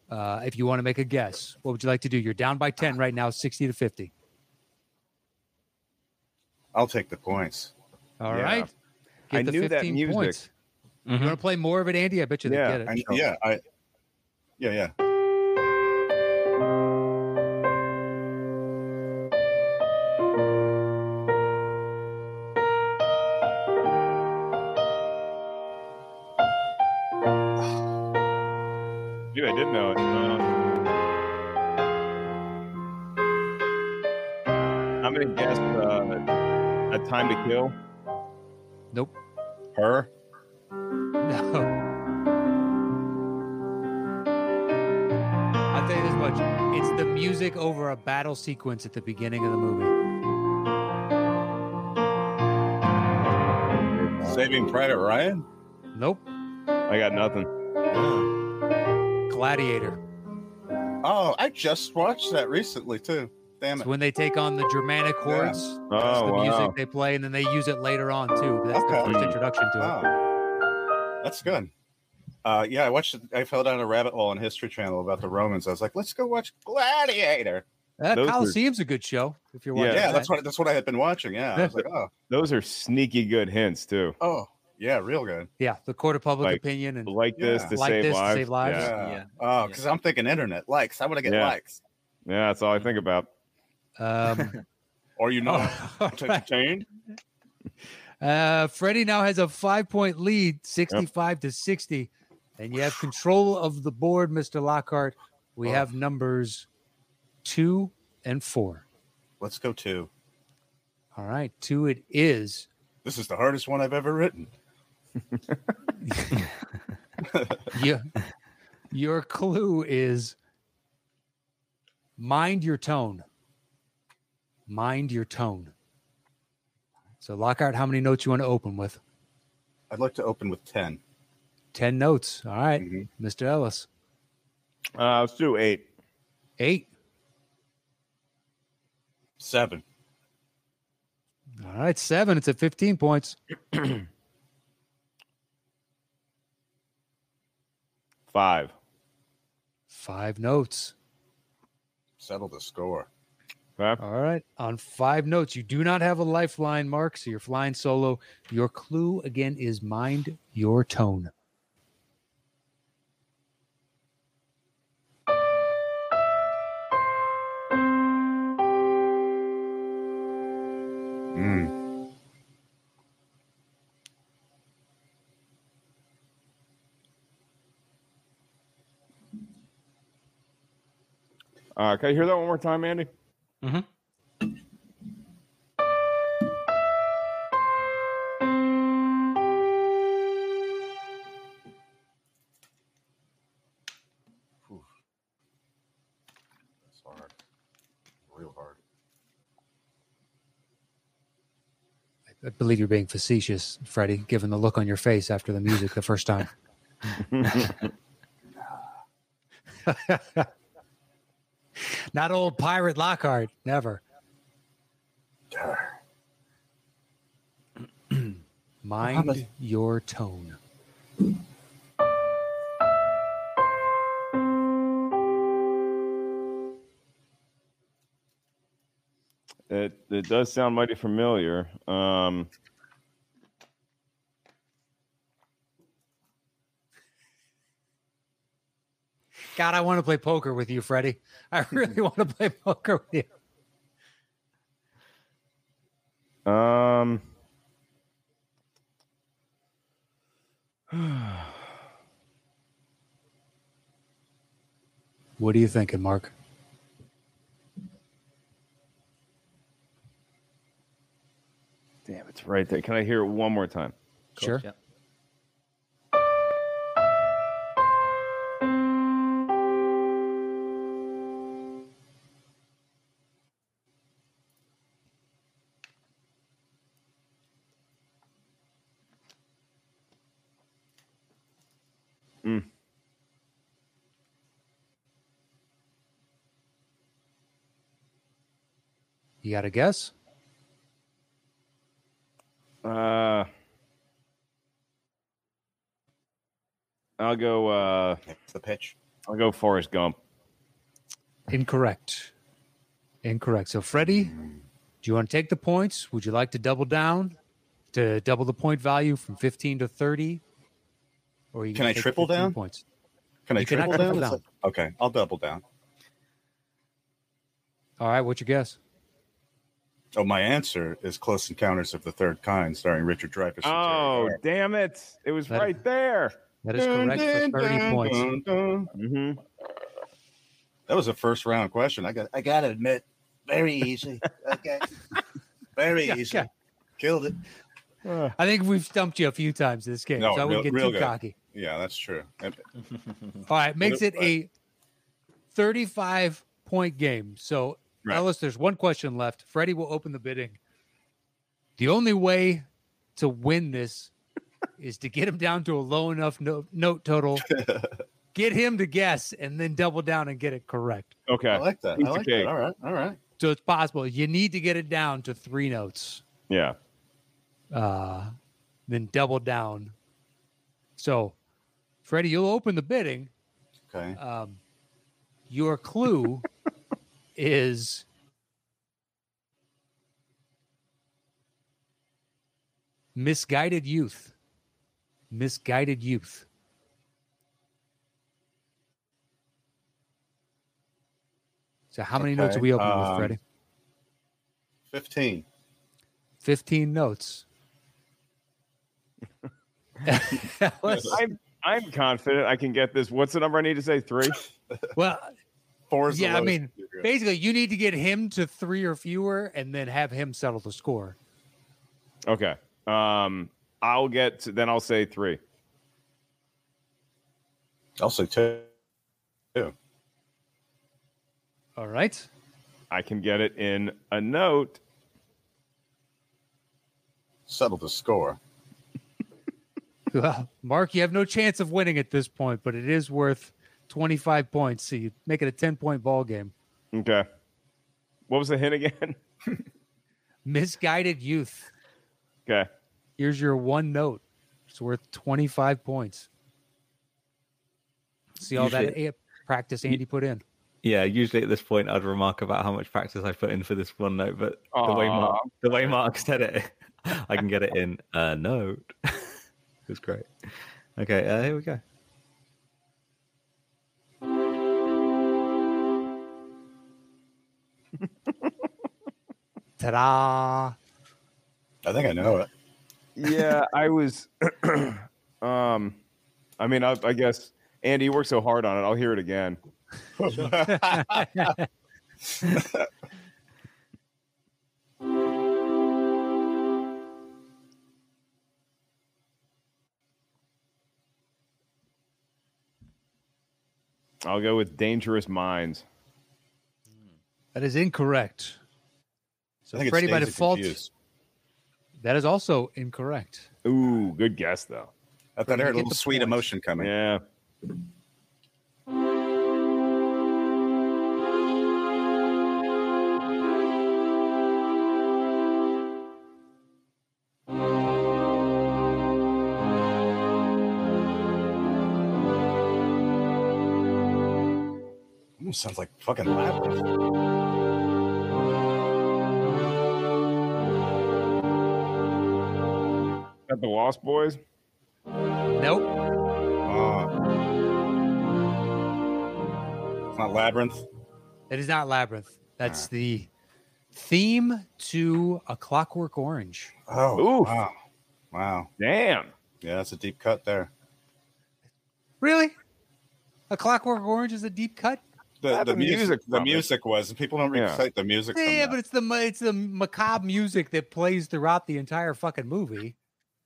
Speaker 3: Uh, if you want to make a guess, what would you like to do? You're down by 10 right now, 60 to 50.
Speaker 2: I'll take the points.
Speaker 3: All
Speaker 5: Yeah.
Speaker 3: right. Get
Speaker 5: I
Speaker 3: the
Speaker 5: knew that
Speaker 3: 15
Speaker 5: music.
Speaker 3: points. You want to play more of it, Andy? I bet you they
Speaker 5: Yeah,
Speaker 3: get it. <laughs>
Speaker 2: I, yeah, I. Yeah, yeah.
Speaker 5: Dude, I did know it. Uh, I'm gonna guess uh, a time to kill.
Speaker 3: Nope.
Speaker 5: Her.
Speaker 3: No. I'll tell you this much. It's the music over a battle sequence at the beginning of the movie.
Speaker 5: So
Speaker 2: Saving
Speaker 5: <gasps>
Speaker 2: Private Ryan?
Speaker 3: Nope.
Speaker 5: I got nothing.
Speaker 3: Gladiator.
Speaker 2: Oh, I just watched that recently too. Damn
Speaker 3: It's
Speaker 2: it.
Speaker 3: when they take on the Germanic hordes. That's
Speaker 5: Oh,
Speaker 3: the
Speaker 5: wow.
Speaker 3: music they play, and then they use it later on too. That's the
Speaker 2: Okay.
Speaker 3: first introduction to it.
Speaker 2: Oh, that's good. Uh, yeah, I watched. it- I fell down a rabbit hole on History Channel about the Romans. I was like, let's go watch Gladiator.
Speaker 3: Uh,
Speaker 5: Those are-
Speaker 3: Coliseum's a good show if you're
Speaker 5: Yeah.
Speaker 3: watching.
Speaker 2: Yeah,
Speaker 3: that.
Speaker 2: that's what that's what I had been watching. Yeah, I was
Speaker 5: <laughs>
Speaker 2: like, oh,
Speaker 5: Those are sneaky good hints too.
Speaker 2: oh, yeah, real good.
Speaker 3: yeah. The court of public
Speaker 5: Like-
Speaker 3: opinion and
Speaker 5: Like this
Speaker 2: Yeah.
Speaker 5: to
Speaker 3: Like
Speaker 5: save
Speaker 3: this to
Speaker 5: lives.
Speaker 3: save lives.
Speaker 5: Yeah.
Speaker 4: Uh,
Speaker 2: Yeah.
Speaker 7: Yeah.
Speaker 2: Oh, because I'm thinking internet likes. I want to get
Speaker 5: Yeah.
Speaker 2: likes.
Speaker 5: yeah, that's all I think about.
Speaker 3: <laughs>
Speaker 2: <laughs>
Speaker 3: um,
Speaker 2: Or you know, <laughs>
Speaker 3: all
Speaker 2: to
Speaker 3: right.
Speaker 2: change.
Speaker 3: <laughs> uh, Freddie now has a five point lead, sixty-five to sixty, and you have control of the board, Mister Lockhart. We have numbers two and four.
Speaker 2: Let's go to.
Speaker 3: All right, two it is.
Speaker 2: This is the hardest one I've ever written.
Speaker 3: you, your clue is mind your tone. Mind your tone. So Lockhart, how many notes you want to open with?
Speaker 2: I'd like to open with ten.
Speaker 3: Ten notes. All right,
Speaker 2: Mhm.
Speaker 3: Mr. Ellis.
Speaker 5: Uh, let's do eight.
Speaker 3: Eight.
Speaker 2: Seven.
Speaker 3: All right, seven. It's at fifteen points.
Speaker 5: Five.
Speaker 3: Five notes.
Speaker 2: Settle the score.
Speaker 5: Okay.
Speaker 3: All right. On five notes, you do not have a lifeline, Mark, so you're flying solo. Your clue again is mind your tone.
Speaker 2: Mm.
Speaker 5: Uh, can I hear that one more time, Andy?
Speaker 2: That's hard. Real hard.
Speaker 3: I believe you're being facetious, Freddie, given the look on your face after the music the first time. <laughs> Not old pirate Lockhart, <clears throat> never. Mind your tone.
Speaker 5: It it does sound mighty familiar. Um,
Speaker 3: God, I want to play poker with you, Freddie. I <laughs> really want to play poker with you.
Speaker 5: um,
Speaker 3: What are you thinking, Mark?
Speaker 5: damn, it's right there. Can I hear it one more time?
Speaker 3: Sure.
Speaker 7: Yep.
Speaker 3: You got a guess?
Speaker 5: Uh, I'll go. Uh,
Speaker 2: That's the pitch.
Speaker 5: I'll go Forrest Gump.
Speaker 3: Incorrect. Incorrect. So, Freddie, do you want to take the points? Would you like to double down to double the point value from 15 to 30? Or you
Speaker 2: Can I
Speaker 3: take
Speaker 2: triple
Speaker 3: 15
Speaker 2: down?
Speaker 3: Points.
Speaker 2: Can I
Speaker 3: You cannot
Speaker 2: triple down?
Speaker 3: triple
Speaker 2: It's like- okay, I'll double down.
Speaker 3: All right. What's your guess?
Speaker 2: Oh, my answer is Close Encounters of the Third Kind, starring Richard Dreyfuss. and Terry
Speaker 5: Oh,
Speaker 2: Garr.
Speaker 5: damn it! It was
Speaker 3: That-
Speaker 5: right there.
Speaker 3: That is
Speaker 2: Dun,
Speaker 3: correct for
Speaker 2: dun,
Speaker 3: 30
Speaker 2: dun,
Speaker 3: points.
Speaker 2: dun, dun.
Speaker 5: Mm-hmm.
Speaker 2: That was a first round question. I got
Speaker 6: I gotta admit, very easy. Okay,
Speaker 2: very
Speaker 3: Yeah,
Speaker 2: easy.
Speaker 3: yeah.
Speaker 2: Killed it.
Speaker 5: Uh,
Speaker 3: I think we've stumped you a few times this game,
Speaker 2: No,
Speaker 3: so I wouldn't
Speaker 2: real-
Speaker 3: get
Speaker 2: real
Speaker 3: too
Speaker 2: good.
Speaker 3: cocky.
Speaker 2: Yeah, that's true. Yep.
Speaker 3: All right. Makes it a 35 point game. So,
Speaker 2: Right.
Speaker 3: Ellis, there's one question left. Freddie will open the bidding. The only way to win this is to get him down to a low enough no- note total, get him to guess, and then double down and get it correct.
Speaker 2: I
Speaker 5: Okay.
Speaker 2: like that.
Speaker 5: Piece
Speaker 2: I
Speaker 5: of
Speaker 2: like
Speaker 5: cake.
Speaker 2: that. All right. All right.
Speaker 3: So it's possible. You need to get it down to three notes,
Speaker 5: Yeah.
Speaker 3: uh, then double down. So, Freddie, you'll open the bidding.
Speaker 2: Okay.
Speaker 3: Um, your clue is misguided youth. Misguided youth. So, how many notes are
Speaker 2: Okay,
Speaker 3: we opening with,
Speaker 2: um,
Speaker 3: Freddie?
Speaker 2: 15.
Speaker 3: 15
Speaker 2: <laughs>
Speaker 3: notes. Ellis,
Speaker 5: I'm I'm confident I can get this. What's the number I need to say? Three.
Speaker 3: well,
Speaker 2: Four is the
Speaker 3: Yeah, I
Speaker 2: lowest.
Speaker 3: mean, basically, you need to get him to three or fewer and then have him settle the score.
Speaker 5: Okay. Um, I'll get. To, then I'll say three.
Speaker 2: I'll say two.
Speaker 3: All right.
Speaker 5: I can get it in a note.
Speaker 2: Settle the score.
Speaker 3: Well, Mark, you have no chance of winning at this point, but it is worth 25 points. So you make it a 10 point ball game.
Speaker 5: Okay. What was the hint again? <laughs>
Speaker 3: Misguided youth.
Speaker 5: okay.
Speaker 3: Here's your one note. It's worth 25 points. See all that
Speaker 4: Usually-
Speaker 3: a- practice Andy put in.
Speaker 4: Yeah, usually at this point I'd remark about how much practice I put in for this one note, but the way Mark the way Mark said it, <laughs> I can get it in a note. <laughs> it was great. Okay, uh, here we go.
Speaker 3: Ta da!
Speaker 2: I think I know it.
Speaker 5: Yeah, I was. <clears throat> um, I mean, I, I guess Andy, you worked so hard on it. I'll hear it again. <laughs> I'll go with Dangerous Minds.
Speaker 3: That is incorrect. So,
Speaker 2: I think it's
Speaker 3: Freddie, by
Speaker 2: Days of
Speaker 3: default,
Speaker 2: Confused.
Speaker 3: that is also incorrect.
Speaker 5: Ooh, good guess though.
Speaker 2: I thought I heard
Speaker 3: Get
Speaker 2: a little
Speaker 3: the
Speaker 2: sweet
Speaker 3: points.
Speaker 2: emotion coming.
Speaker 5: Yeah.
Speaker 2: Almost sounds like fucking labyrinth.
Speaker 5: Got the Lost Boys.
Speaker 3: Nope.
Speaker 2: Oh. It's not labyrinth.
Speaker 3: That is not Labyrinth. That's the theme to A Clockwork Orange.
Speaker 2: Oh.
Speaker 5: Oof.
Speaker 2: Wow. Wow.
Speaker 5: Damn.
Speaker 2: Yeah, that's a deep cut there.
Speaker 3: Really? A Clockwork Orange is a deep cut?
Speaker 2: The,
Speaker 5: That's
Speaker 2: the
Speaker 5: the
Speaker 2: music,
Speaker 5: music
Speaker 2: the
Speaker 5: from it.
Speaker 2: music was. People don't
Speaker 5: Yeah.
Speaker 2: recite the music.
Speaker 3: Yeah,
Speaker 2: from
Speaker 3: yeah,
Speaker 2: that.
Speaker 3: but it's the ma- it's the macabre music that plays throughout the entire fucking movie.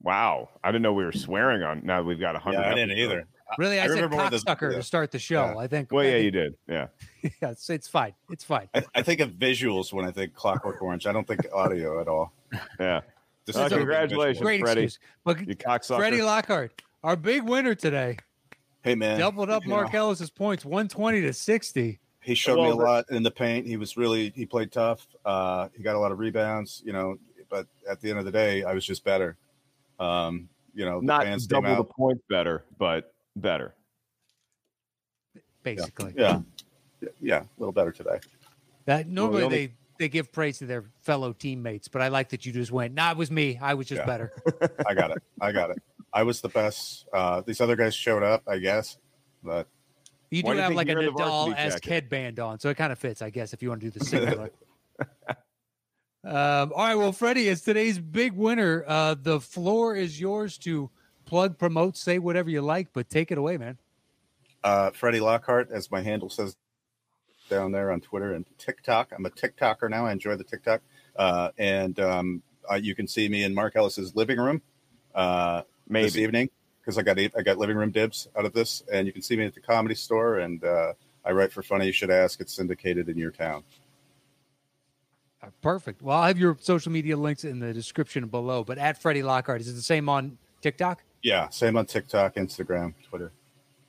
Speaker 5: Wow. I didn't know we were swearing on. Now that we've got a hundred.
Speaker 2: yeah, I didn't either.
Speaker 3: Really, I,
Speaker 2: I
Speaker 3: said
Speaker 2: remember one of the-
Speaker 3: cocksucker
Speaker 2: yeah.
Speaker 3: to start the show.
Speaker 2: Yeah.
Speaker 3: I think.
Speaker 5: Well,
Speaker 3: I
Speaker 5: yeah,
Speaker 3: think-
Speaker 5: you did. Yeah.
Speaker 3: <laughs> yeah, it's, it's fine. It's fine.
Speaker 2: I, I think of visuals when I think Clockwork Orange. I don't think audio at all.
Speaker 5: Yeah.
Speaker 2: This
Speaker 5: Uh,
Speaker 2: is totally
Speaker 5: congratulations.
Speaker 2: visual.
Speaker 3: Great
Speaker 5: Freddie.
Speaker 3: excuse. But
Speaker 2: <laughs>
Speaker 5: You cocksucker.
Speaker 3: Freddie Lockhart, our big winner today,
Speaker 2: Hey man,
Speaker 3: doubled up
Speaker 2: <laughs> you know,
Speaker 3: Mark Ellis's points, one twenty to sixty.
Speaker 2: he showed me a
Speaker 5: Well, the-
Speaker 2: lot in the paint. He was really he played tough. Uh, he got a lot of rebounds, you know. But at the end of the day, I was just better. Um, you know, the
Speaker 5: Not
Speaker 2: fans came
Speaker 5: double the
Speaker 2: out.
Speaker 5: points better, but better.
Speaker 3: Basically,
Speaker 2: yeah, yeah, a little better today.
Speaker 3: That normally
Speaker 2: only-
Speaker 3: they they give praise to their fellow teammates, but I like that you just went. Nah, it was me. I was just
Speaker 2: Yeah.
Speaker 3: better.
Speaker 2: I got it. I got it. I was the best. Uh, these other guys showed up, I guess. But
Speaker 3: You do
Speaker 5: Why do you
Speaker 3: have
Speaker 5: think
Speaker 3: like a
Speaker 5: you're in the varsity
Speaker 3: Nadal esque
Speaker 5: jacket?
Speaker 3: headband on, so it kind of fits, I guess, if you want to do
Speaker 5: <laughs>
Speaker 3: the singular. um, all right, well, Freddie, it's today's big winner. Uh, the floor is yours to plug, promote, say whatever you like, but take it away, man.
Speaker 2: uh, Freddie Lockhart, as my handle says down there on Twitter and TikTok, I'm a TikToker now. I enjoy the TikTok, uh, and um, uh, you can see me in Mark Ellis's living room uh, this
Speaker 5: Maybe.
Speaker 2: evening because I got I got living room dibs out of this, and you can see me at the comedy store. And uh, I write for Funny You Should Ask. It's syndicated in your town.
Speaker 3: Uh, Perfect. Well, I'll have your social media links in the description below, but at Freddie Lockhart, is it the same on TikTok?
Speaker 2: Yeah, same on TikTok, Instagram, Twitter.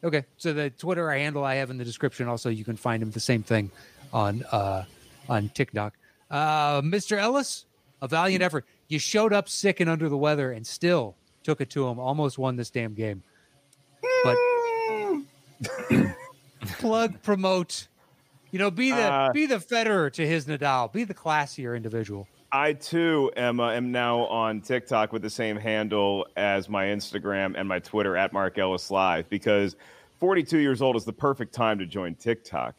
Speaker 3: Okay. So the Twitter handle I have in the description. Also, you can find him the same thing on uh on TikTok. Uh Mr. Ellis, a valiant effort. You showed up sick and under the weather and still took it to him, almost won this damn game. But plug promote. You know, be the
Speaker 5: Uh,
Speaker 3: be the Federer to his Nadal. Be the classier individual.
Speaker 5: I too am, uh, am now on TikTok with the same handle as my Instagram and my Twitter at Mark Ellis Live because 42 years old is the perfect time to join TikTok.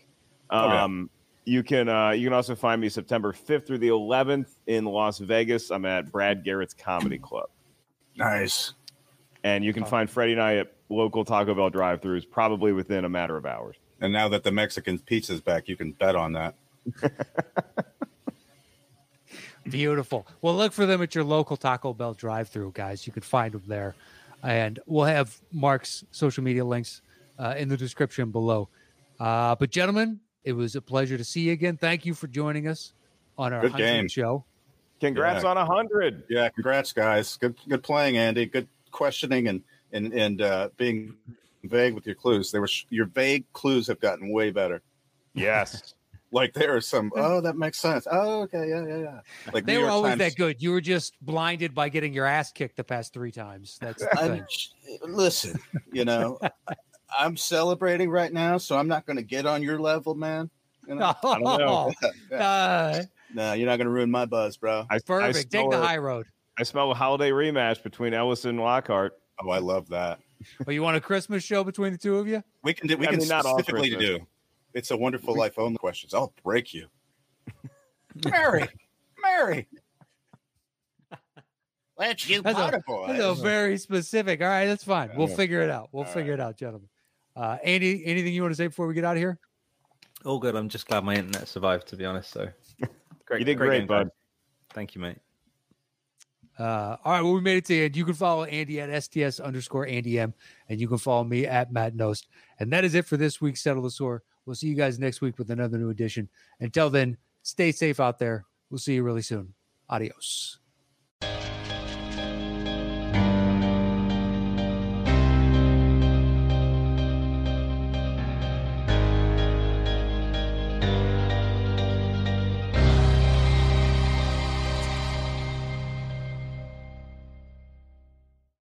Speaker 2: Oh,
Speaker 5: Um, You can uh, you can also find me September 5th through the 11th in Las Vegas. I'm at Brad Garrett's Comedy Club,
Speaker 2: Nice.
Speaker 5: and you can find Freddie and I at local Taco Bell drive-throughs, probably within a matter of hours.
Speaker 2: And now that the Mexican pizza's back, you can bet on that.
Speaker 3: Beautiful. Well, look for them at your local Taco Bell drive-through, guys. You can find them there, and we'll have Mark's social media links uh, in the description below. Uh, but gentlemen, it was a pleasure to see you again. Thank you for joining us on our
Speaker 2: Good
Speaker 3: 100th
Speaker 2: game.
Speaker 3: show.
Speaker 5: Congrats
Speaker 2: Yeah.
Speaker 5: on on 100.
Speaker 2: Yeah, congrats, guys. Good, good playing, Andy. Good questioning and and and uh, being vague with your clues. There were sh- your vague clues have gotten way better.
Speaker 5: Yes.
Speaker 2: Like there are some. Oh, that makes sense. Oh, okay, yeah, yeah, yeah. Like
Speaker 3: They
Speaker 2: New
Speaker 3: were
Speaker 2: York
Speaker 3: always
Speaker 2: Times-
Speaker 3: that good. You were just blinded by getting your ass kicked the past three times. That's
Speaker 2: <laughs>
Speaker 3: the
Speaker 2: I'm,
Speaker 3: thing.
Speaker 2: listen, you know, I'm celebrating right now, so I'm not going to get on your level, man. You know?
Speaker 5: I don't know.
Speaker 3: <laughs>
Speaker 2: <laughs>
Speaker 3: Uh,
Speaker 2: no, you're not going to ruin my buzz, bro.
Speaker 5: I, I
Speaker 3: perfect. Take
Speaker 5: smell,
Speaker 3: the
Speaker 5: a-
Speaker 3: high road.
Speaker 5: I smell a holiday rematch between Ellis and Lockhart.
Speaker 2: Oh, I love that.
Speaker 3: Oh, you want a Christmas show between the two of you?
Speaker 2: We can do. We
Speaker 5: I
Speaker 2: can
Speaker 5: mean, not all
Speaker 2: specifically
Speaker 5: Christmas.
Speaker 2: do. It's a wonderful life only questions. I'll break you.
Speaker 6: Mary, Mary. That's you,
Speaker 3: That's a-
Speaker 6: Potter
Speaker 3: That's a
Speaker 6: boy.
Speaker 3: very specific. All right, that's fine. We'll
Speaker 2: Yeah.
Speaker 3: figure it out. We'll
Speaker 2: All
Speaker 3: figure it out, gentlemen. Uh, Andy, anything you want to say before we get out of here?
Speaker 4: All good. I'm just glad my internet survived, to be honest. So great.
Speaker 5: You did great,
Speaker 4: game,
Speaker 5: bud.
Speaker 4: guys. Thank you, mate.
Speaker 3: Uh, all right, well, we made it to the end. You can follow Andy at STS underscore Andy M, and you can follow me at Matt Nost. And that is it for this week's Settle the Sore. We'll see you guys next week with another new edition. Until then, stay safe out there. We'll see you really soon. Adios.